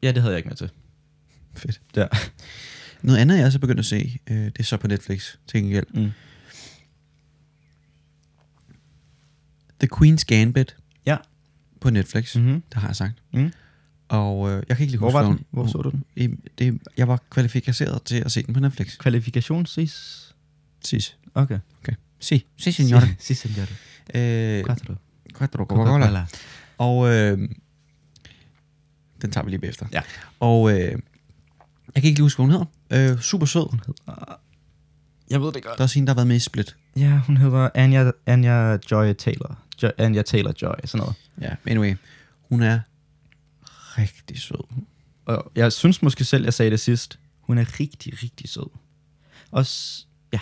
[SPEAKER 1] ja, det havde jeg ikke med til.
[SPEAKER 2] Fedt.
[SPEAKER 1] Ja.
[SPEAKER 2] Noget andet, jeg også er begyndt at se, øh, det er så på Netflix, til gengæld.
[SPEAKER 1] Mm.
[SPEAKER 2] The Queen's Gambit
[SPEAKER 1] Ja.
[SPEAKER 2] på Netflix. Mm.
[SPEAKER 1] Mm-hmm.
[SPEAKER 2] Det har jeg sagt.
[SPEAKER 1] Mm.
[SPEAKER 2] Og øh, jeg kan ikke lige
[SPEAKER 1] Hvor
[SPEAKER 2] huske,
[SPEAKER 1] var
[SPEAKER 2] hvad
[SPEAKER 1] den? Hvor så du den?
[SPEAKER 2] I, det, jeg var kvalificeret til at se den på Netflix.
[SPEAKER 1] Kvalifikationssis.
[SPEAKER 2] Sis.
[SPEAKER 1] Okay.
[SPEAKER 2] Si. Si, signore.
[SPEAKER 1] Si, signore.
[SPEAKER 2] Øh,
[SPEAKER 1] Quattro.
[SPEAKER 2] Quattro Coca-Cola. Og øh, den tager vi lige bagefter.
[SPEAKER 1] Ja.
[SPEAKER 2] Og øh, jeg kan ikke lige huske, hvad hun hedder. Øh, super sød.
[SPEAKER 1] Jeg ved det godt.
[SPEAKER 2] Der er også hende, der har været med i Split.
[SPEAKER 1] Ja, hun hedder Anja, Anja Joy Taylor. Jo, Anja Taylor Joy, sådan noget.
[SPEAKER 2] Ja. Men anyway, hun er rigtig sød.
[SPEAKER 1] Og jeg synes måske selv, jeg sagde det sidst. Hun er rigtig, rigtig sød. Også, ja.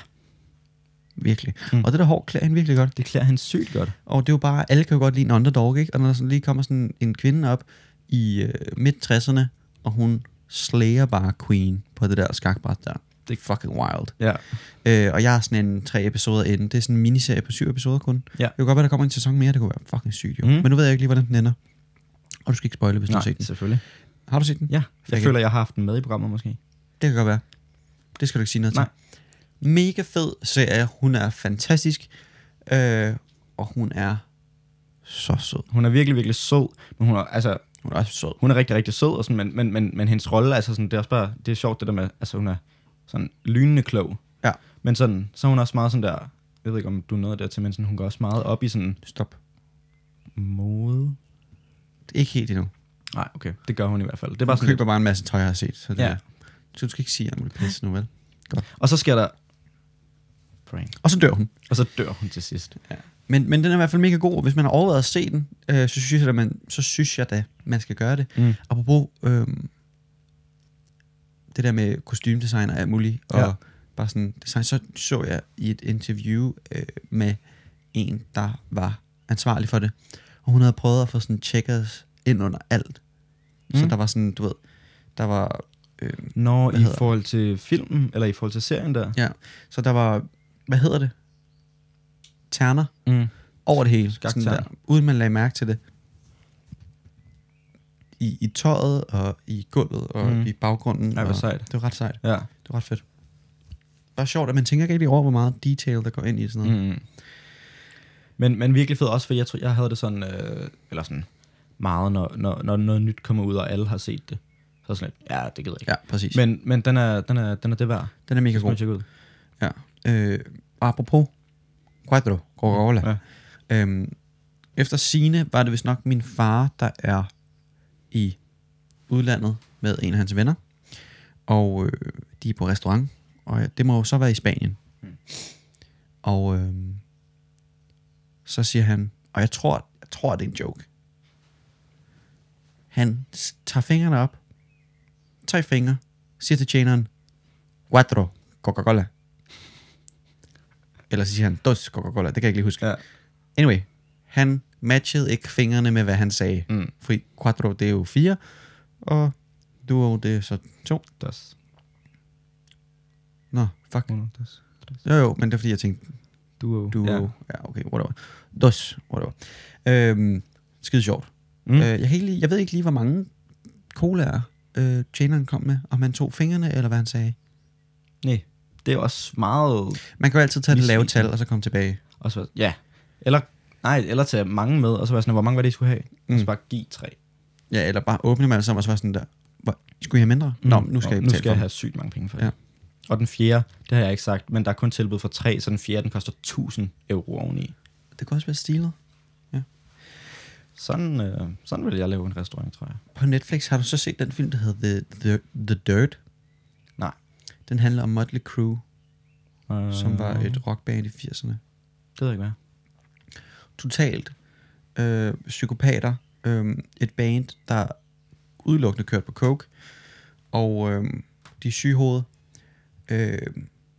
[SPEAKER 2] Virkelig. Mm. Og det der hår klæder hende virkelig godt.
[SPEAKER 1] Det klæder han sygt godt.
[SPEAKER 2] Og det er jo bare, alle kan jo godt lide en underdog, ikke? Og når der sådan lige kommer sådan en kvinde op i øh, midt-60'erne, og hun slager bare Queen på det der skakbræt der. Det er fucking wild.
[SPEAKER 1] Ja.
[SPEAKER 2] Øh, og jeg er sådan en tre episoder inde. Det er sådan en miniserie på syv episoder kun.
[SPEAKER 1] Ja.
[SPEAKER 2] Det kan godt være, der kommer en sæson mere. Det kunne være fucking sygt, jo. Mm.
[SPEAKER 1] Mm.
[SPEAKER 2] Men nu ved jeg ikke lige, hvordan den ender. Og du skal ikke spoile, hvis du
[SPEAKER 1] Nej,
[SPEAKER 2] har set den.
[SPEAKER 1] selvfølgelig.
[SPEAKER 2] Har du set den?
[SPEAKER 1] Ja, jeg
[SPEAKER 2] Fik
[SPEAKER 1] føler, jeg har haft den med i programmet måske.
[SPEAKER 2] Det kan godt være. Det skal du ikke sige noget
[SPEAKER 1] Nej.
[SPEAKER 2] til. Mega fed serie. Hun er fantastisk. Øh, og hun er så sød.
[SPEAKER 1] Hun er virkelig, virkelig sød, men hun er, altså,
[SPEAKER 2] Hun er også sød.
[SPEAKER 1] hun er rigtig, rigtig sød, og sådan, men, men, men, men hendes rolle, altså sådan, det er også bare, det er sjovt det der med, altså hun er sådan lynende klog.
[SPEAKER 2] Ja.
[SPEAKER 1] Men sådan, så er hun også meget sådan der, jeg ved ikke om du nåede dertil, men sådan, hun går også meget op i sådan
[SPEAKER 2] Stop.
[SPEAKER 1] mode.
[SPEAKER 2] Ikke helt endnu.
[SPEAKER 1] Nej, okay, det gør hun i hvert fald. Det er bare
[SPEAKER 2] Bare
[SPEAKER 1] sådan
[SPEAKER 2] hun køber bare en masse tøj, jeg har set. Så det
[SPEAKER 1] Ja.
[SPEAKER 2] ja. Så du skal ikke sige alt muligt pisse nu, vel?
[SPEAKER 1] lidt- Og så sker der prank,
[SPEAKER 2] Og så dør hun.
[SPEAKER 1] og så dør hun til sidst.
[SPEAKER 2] Men, men den er i hvert fald mega god, og hvis man har overvejet at se den, øh, så, synes jeg, at man, så synes jeg da, man skal gøre det.
[SPEAKER 1] Mm.
[SPEAKER 2] Apropos øh, det der med kostymdesign og alt muligt, og
[SPEAKER 1] Ja.
[SPEAKER 2] bare sådan design, så så jeg i et interview øh, med en, der var ansvarlig for det, og hun havde prøvet at få sådan checkers ind under alt. Mm. Så
[SPEAKER 1] Mm.
[SPEAKER 2] der var sådan, du ved, der var... Øh,
[SPEAKER 1] Når
[SPEAKER 2] Hvad
[SPEAKER 1] i
[SPEAKER 2] hedder det?
[SPEAKER 1] forhold til filmen, eller i forhold til serien der.
[SPEAKER 2] ja, så der var, hvad hedder det? Terner.
[SPEAKER 1] Mm.
[SPEAKER 2] over det hele, sådan
[SPEAKER 1] Skakterner.
[SPEAKER 2] der, uden man lagde mærke til det. I, i tøjet, og i gulvet, og mm.
[SPEAKER 1] Mm.
[SPEAKER 2] i baggrunden.
[SPEAKER 1] Ej, hvor
[SPEAKER 2] og
[SPEAKER 1] sejt.
[SPEAKER 2] Det var ret sejt.
[SPEAKER 1] Ja.
[SPEAKER 2] Det var ret fedt. Bare sjovt, at man tænker ikke rigtig over, hvor meget detail, der går ind i sådan noget. Mm.
[SPEAKER 1] Mm. Men, men virkelig fed også, for jeg tror, jeg havde det sådan, øh, eller sådan meget, når, når, når noget nyt kommer ud, og alle har set det. Så er sådan lidt, ja, det gider jeg ikke.
[SPEAKER 2] Ja, præcis. Men,
[SPEAKER 1] Men, men den, er, den, er, den er det værd.
[SPEAKER 2] den er mega
[SPEAKER 1] Det skal man
[SPEAKER 2] god.
[SPEAKER 1] tjekke ud.
[SPEAKER 2] Ja. Øh, og apropos, Quattro, Coca-Cola.
[SPEAKER 1] Ja.
[SPEAKER 2] Øhm, efter sine var det vist nok min far, der er i udlandet med en af hans venner. Og øh, de er på restaurant, og det må jo så være i Spanien. Og øh, så siger han, og jeg tror, jeg tror, det er en joke. Han s- tager fingrene op, tre fingre, siger til tjeneren, Quattro, Coca-Cola. Eller så siger han, dos Coca-Cola, det kan jeg ikke lige huske.
[SPEAKER 1] Ja.
[SPEAKER 2] Anyway, han matchede ikke fingrene med, hvad han sagde.
[SPEAKER 1] Mm.
[SPEAKER 2] Fordi quattro, det er jo fire, og duo, det er så to.
[SPEAKER 1] Das.
[SPEAKER 2] Nå, fuck.
[SPEAKER 1] Uno, das. tres.
[SPEAKER 2] Jo, jo, men det er fordi, jeg tænkte
[SPEAKER 1] Duo.
[SPEAKER 2] duo.
[SPEAKER 1] Ja.
[SPEAKER 2] Ja, ja okay, whatever. Dos, whatever. Øhm, skide sjovt. Mm.
[SPEAKER 1] Mm.
[SPEAKER 2] Øh, jeg, kan ikke lige, jeg ved ikke lige, hvor mange colaer øh, tjeneren kom med, om han tog fingrene, eller hvad han sagde.
[SPEAKER 1] Nej, det er også meget...
[SPEAKER 2] Man kan jo altid tage det lave
[SPEAKER 1] Misvisende.
[SPEAKER 2] tal, og så komme tilbage.
[SPEAKER 1] Også, være- ja. Eller, nej, eller tage mange med, og så være sådan, hvor mange var det, I skulle have? Mm. Og så bare give tre.
[SPEAKER 2] Ja, eller bare åbne dem alle sammen, og så var sådan der, hvor, skulle I have mindre? Mm. Nå, nu skal jeg
[SPEAKER 1] nu
[SPEAKER 2] betale
[SPEAKER 1] skal
[SPEAKER 2] for
[SPEAKER 1] jeg
[SPEAKER 2] dem.
[SPEAKER 1] have sygt mange penge for det.
[SPEAKER 2] Ja.
[SPEAKER 1] Ja. Og den fjerde, det har jeg ikke sagt, men der er kun tilbud for tre, så den fjerde, den koster 1000 euro oveni.
[SPEAKER 2] Det kunne også være stilet.
[SPEAKER 1] Sådan, øh, sådan vil jeg lave en restaurant, tror jeg.
[SPEAKER 2] På Netflix har du så set den film, der hedder The, The, The Dirt.
[SPEAKER 1] Nej.
[SPEAKER 2] Den handler om Motley Crue,
[SPEAKER 1] Øh,
[SPEAKER 2] som var et rockband i 80'erne.
[SPEAKER 1] Det ved jeg ikke, hvad.
[SPEAKER 2] Totalt øh, psykopater. Øh, et band, der udelukkende kørt på coke. Og øh, de er syge i hovedet. Øh,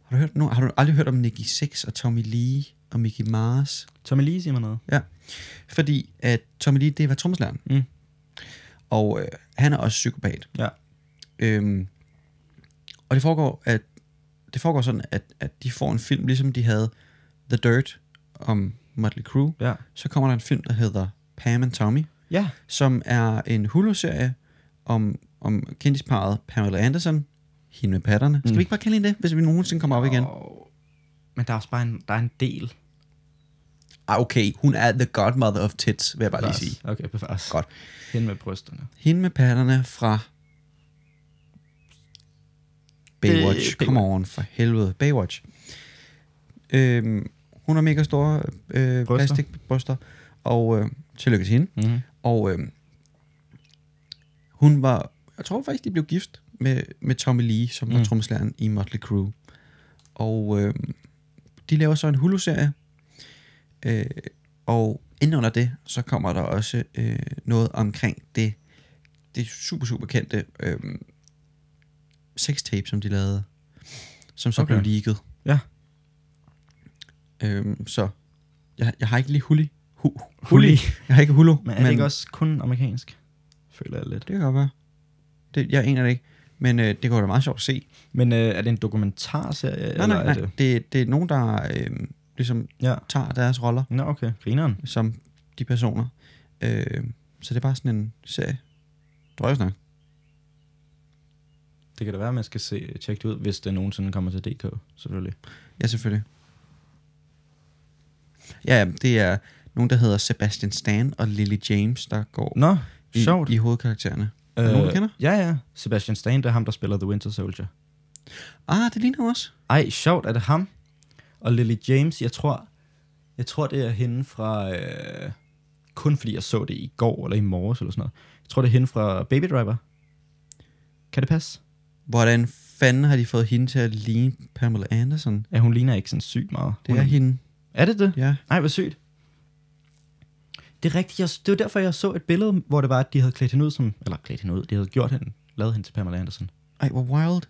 [SPEAKER 2] har, du hørt, no, har du aldrig hørt om Nicky Six og Tommy Lee og Mickey Mars?
[SPEAKER 1] Tommy Lee siger mig noget.
[SPEAKER 2] Ja. Fordi at Tommy Lee, det var trommeslageren.
[SPEAKER 1] Mm.
[SPEAKER 2] Og øh, han er også psykopat.
[SPEAKER 1] Ja.
[SPEAKER 2] Øhm, og det foregår, at, det foregår sådan, at, at de får en film, ligesom de havde The Dirt om Motley Crue.
[SPEAKER 1] Ja.
[SPEAKER 2] Så kommer der en film, der hedder Pam and Tommy,
[SPEAKER 1] Ja.
[SPEAKER 2] som er en Hulu-serie om, om kendisparet Pamela Anderson, hende med patterne.
[SPEAKER 1] Mm.
[SPEAKER 2] Skal vi ikke bare kalde hende det, hvis vi nogensinde kommer op igen?
[SPEAKER 1] Og, men der er også bare en, der er en del.
[SPEAKER 2] Ah, okay, hun er the godmother of tits, vil jeg bare lige
[SPEAKER 1] Bevares.
[SPEAKER 2] sige.
[SPEAKER 1] Okay, bevares.
[SPEAKER 2] Godt.
[SPEAKER 1] Hen med brysterne.
[SPEAKER 2] Hende med patterne fra Baywatch.
[SPEAKER 1] Baywatch.
[SPEAKER 2] Come on, for helvede. Baywatch. Øhm, hun har mega store øh, plastikbryster, og øh, tillykke til hende.
[SPEAKER 1] Mm-hmm.
[SPEAKER 2] Og øh, hun var, jeg tror faktisk, de blev gift med, med Tommy Lee, som var mm. trommeslageren i Motley Crue. Og øh, de laver så en Hulu-serie, øh, og inden under det, så kommer der også øh, noget omkring det, det super, super kendte øh, sextape, som de lavede, som så okay.
[SPEAKER 1] Okay.
[SPEAKER 2] blev leaget.
[SPEAKER 1] Ja.
[SPEAKER 2] Øhm, så jeg, jeg har ikke lige huli. Hu, huli. Jeg har ikke hulo.
[SPEAKER 1] Men er det ikke også kun amerikansk? Føler jeg lidt.
[SPEAKER 2] Det kan godt være. Det, jeg aner det ikke. Men øh, det går da meget sjovt at se.
[SPEAKER 1] Men øh, er det en dokumentarserie?
[SPEAKER 2] Nej,
[SPEAKER 1] eller
[SPEAKER 2] nej,
[SPEAKER 1] Er
[SPEAKER 2] nej.
[SPEAKER 1] det?
[SPEAKER 2] Det, det er nogen, der øh, ligesom
[SPEAKER 1] Ja.
[SPEAKER 2] tager deres roller
[SPEAKER 1] Nå, okay. Grineren.
[SPEAKER 2] som de personer. Øh, så det er bare sådan en serie. Drøjesnak.
[SPEAKER 1] Det kan da være, at man skal se, tjekke det ud, hvis det nogensinde kommer til DK, selvfølgelig.
[SPEAKER 2] Ja, selvfølgelig. Ja, det er nogen, der hedder Sebastian Stan og Lily James, der går
[SPEAKER 1] Nå,
[SPEAKER 2] i,
[SPEAKER 1] sjovt. Øh.
[SPEAKER 2] i hovedkaraktererne. Er der nogen, du kender?
[SPEAKER 1] Ja, ja. Sebastian Stan, det er ham, der spiller The Winter Soldier.
[SPEAKER 2] Ah, det ligner ham også.
[SPEAKER 1] Ej, sjovt, er det ham? Og Lily James, jeg tror, jeg tror det er hende fra, øh, kun fordi jeg så det i går eller i morges eller sådan noget. Jeg tror, det er hende fra Baby Driver. Kan det passe?
[SPEAKER 2] Hvordan fanden har de fået hende til at ligne Pamela Anderson?
[SPEAKER 1] Ja, hun ligner ikke sådan sygt meget.
[SPEAKER 2] Det
[SPEAKER 1] Hun
[SPEAKER 2] er hende.
[SPEAKER 1] er det det?
[SPEAKER 2] Ja.
[SPEAKER 1] Nej, hvor sygt. Det er rigtigt. Jeg, det var derfor, jeg så et billede, hvor det var, at de havde klædt hende ud som... Eller klædt hende ud. De havde gjort hende. Lavet hende til Pamela Anderson.
[SPEAKER 2] Ej, hvor wild.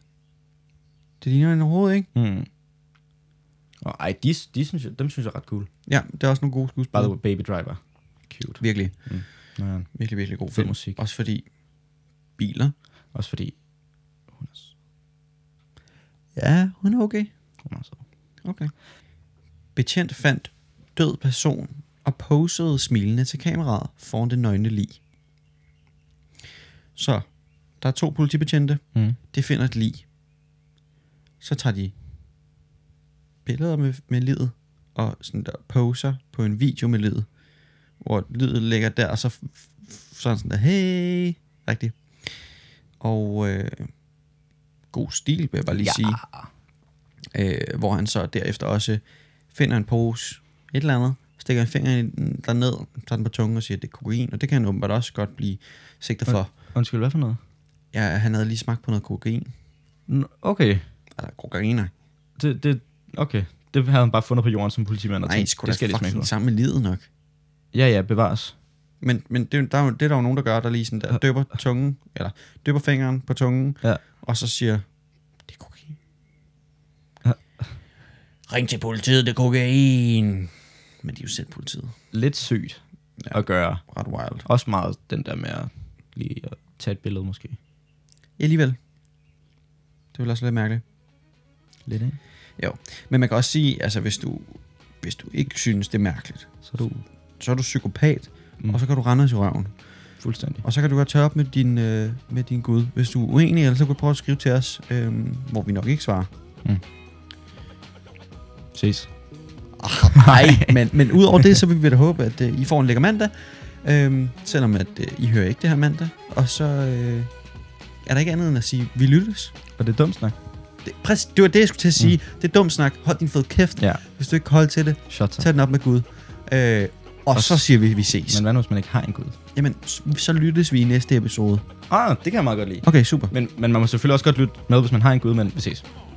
[SPEAKER 2] Det ligner hende overhovedet, ikke?
[SPEAKER 1] Mm. Og ej, de, de synes jeg, dem synes jeg er ret cool.
[SPEAKER 2] Ja, det er også nogle gode
[SPEAKER 1] By the
[SPEAKER 2] skuespillere.
[SPEAKER 1] way, Baby Driver. Cute.
[SPEAKER 2] Virkelig,
[SPEAKER 1] Nå, ja.
[SPEAKER 2] virkelig, virkelig god
[SPEAKER 1] Fed
[SPEAKER 2] film.
[SPEAKER 1] musik.
[SPEAKER 2] Også fordi biler.
[SPEAKER 1] Også fordi hun er, så-
[SPEAKER 2] Ja, hun er okay.
[SPEAKER 1] hun er så.
[SPEAKER 2] Okay. Betjent fandt død person og posede smilende til kameraet foran det nøgne lig. Så der er to politibetjente.
[SPEAKER 1] Mm.
[SPEAKER 2] Det finder et lig. Så tager de billeder med, med livet og sådan der poser på en video med livet, hvor livet ligger der, og så f- f- sådan sådan der, hey, rigtigt. Og øh, god stil, vil jeg bare lige ja. sige øh, hvor han så derefter også finder en pose, et eller andet, stikker en finger i den derned, tager den på tungen og siger, at det er kokain, og det kan han åbenbart også godt blive sigtet for.
[SPEAKER 1] Undskyld, hvad for noget?
[SPEAKER 2] Ja, han havde lige smagt på noget kokain.
[SPEAKER 1] Nå, Okay.
[SPEAKER 2] Altså, kokain, nej.
[SPEAKER 1] Det, det, okay. Det havde han bare fundet på jorden som politimand. og
[SPEAKER 2] Nej,
[SPEAKER 1] tænkt,
[SPEAKER 2] sgu
[SPEAKER 1] det skal
[SPEAKER 2] da
[SPEAKER 1] jeg lige smage
[SPEAKER 2] fucking
[SPEAKER 1] på.
[SPEAKER 2] sammen med livet nok.
[SPEAKER 1] Ja, ja, bevares.
[SPEAKER 2] Men, men det, er jo- der, er jo- det er der jo nogen, der gør, der lige sådan der, døber tungen, eller døber fingeren på tungen,
[SPEAKER 1] Ja.
[SPEAKER 2] og så siger, det er kokain.
[SPEAKER 1] Ja.
[SPEAKER 2] Ring til politiet, det er kokain. Men de er jo selv politiet.
[SPEAKER 1] Lidt sygt at gøre.
[SPEAKER 2] Ret wild.
[SPEAKER 1] Også meget den der med at lige at tage et billede måske.
[SPEAKER 2] Ja, alligevel. Det vil også lidt mærkeligt.
[SPEAKER 1] Lidt, ikke?
[SPEAKER 2] Jo, men man kan også sige, altså hvis du, hvis du ikke synes, det er mærkeligt,
[SPEAKER 1] Så er du
[SPEAKER 2] så er du psykopat,
[SPEAKER 1] Mm.
[SPEAKER 2] mm. og så kan du rende os i røven.
[SPEAKER 1] fuldstændig.
[SPEAKER 2] Og så kan du godt tørre op med din, øh, med din Gud. Hvis du er uenig, eller så kan du prøve at skrive til os, øh, hvor vi nok ikke svarer.
[SPEAKER 1] Ses. Ah,
[SPEAKER 2] Nej, men, men udover det, så vil vi da håbe, at øh, I får en lækker mandag. Øh, selvom at øh, I hører ikke det her mandag. Og så øh, er der ikke andet end at sige, vi lyttes.
[SPEAKER 1] Og det er dumt snak.
[SPEAKER 2] Det, præcis, det var det, jeg skulle til at sige. Mm. Det er dumt snak. Hold din fed kæft.
[SPEAKER 1] Ja.
[SPEAKER 2] Hvis du ikke kan holde til det,
[SPEAKER 1] Shut up.
[SPEAKER 2] Tag den op med Gud. Øh, og, og
[SPEAKER 1] Og
[SPEAKER 2] så
[SPEAKER 1] s-
[SPEAKER 2] siger vi, at vi ses.
[SPEAKER 1] Men
[SPEAKER 2] Men,
[SPEAKER 1] hvad nu, hvis man ikke har en gud?
[SPEAKER 2] Jamen, s- så lyttes vi i næste episode.
[SPEAKER 1] Ah, det kan jeg meget godt lide.
[SPEAKER 2] Okay, super.
[SPEAKER 1] Men, men man må selvfølgelig også godt lytte med, hvis man har en gud, men vi ses.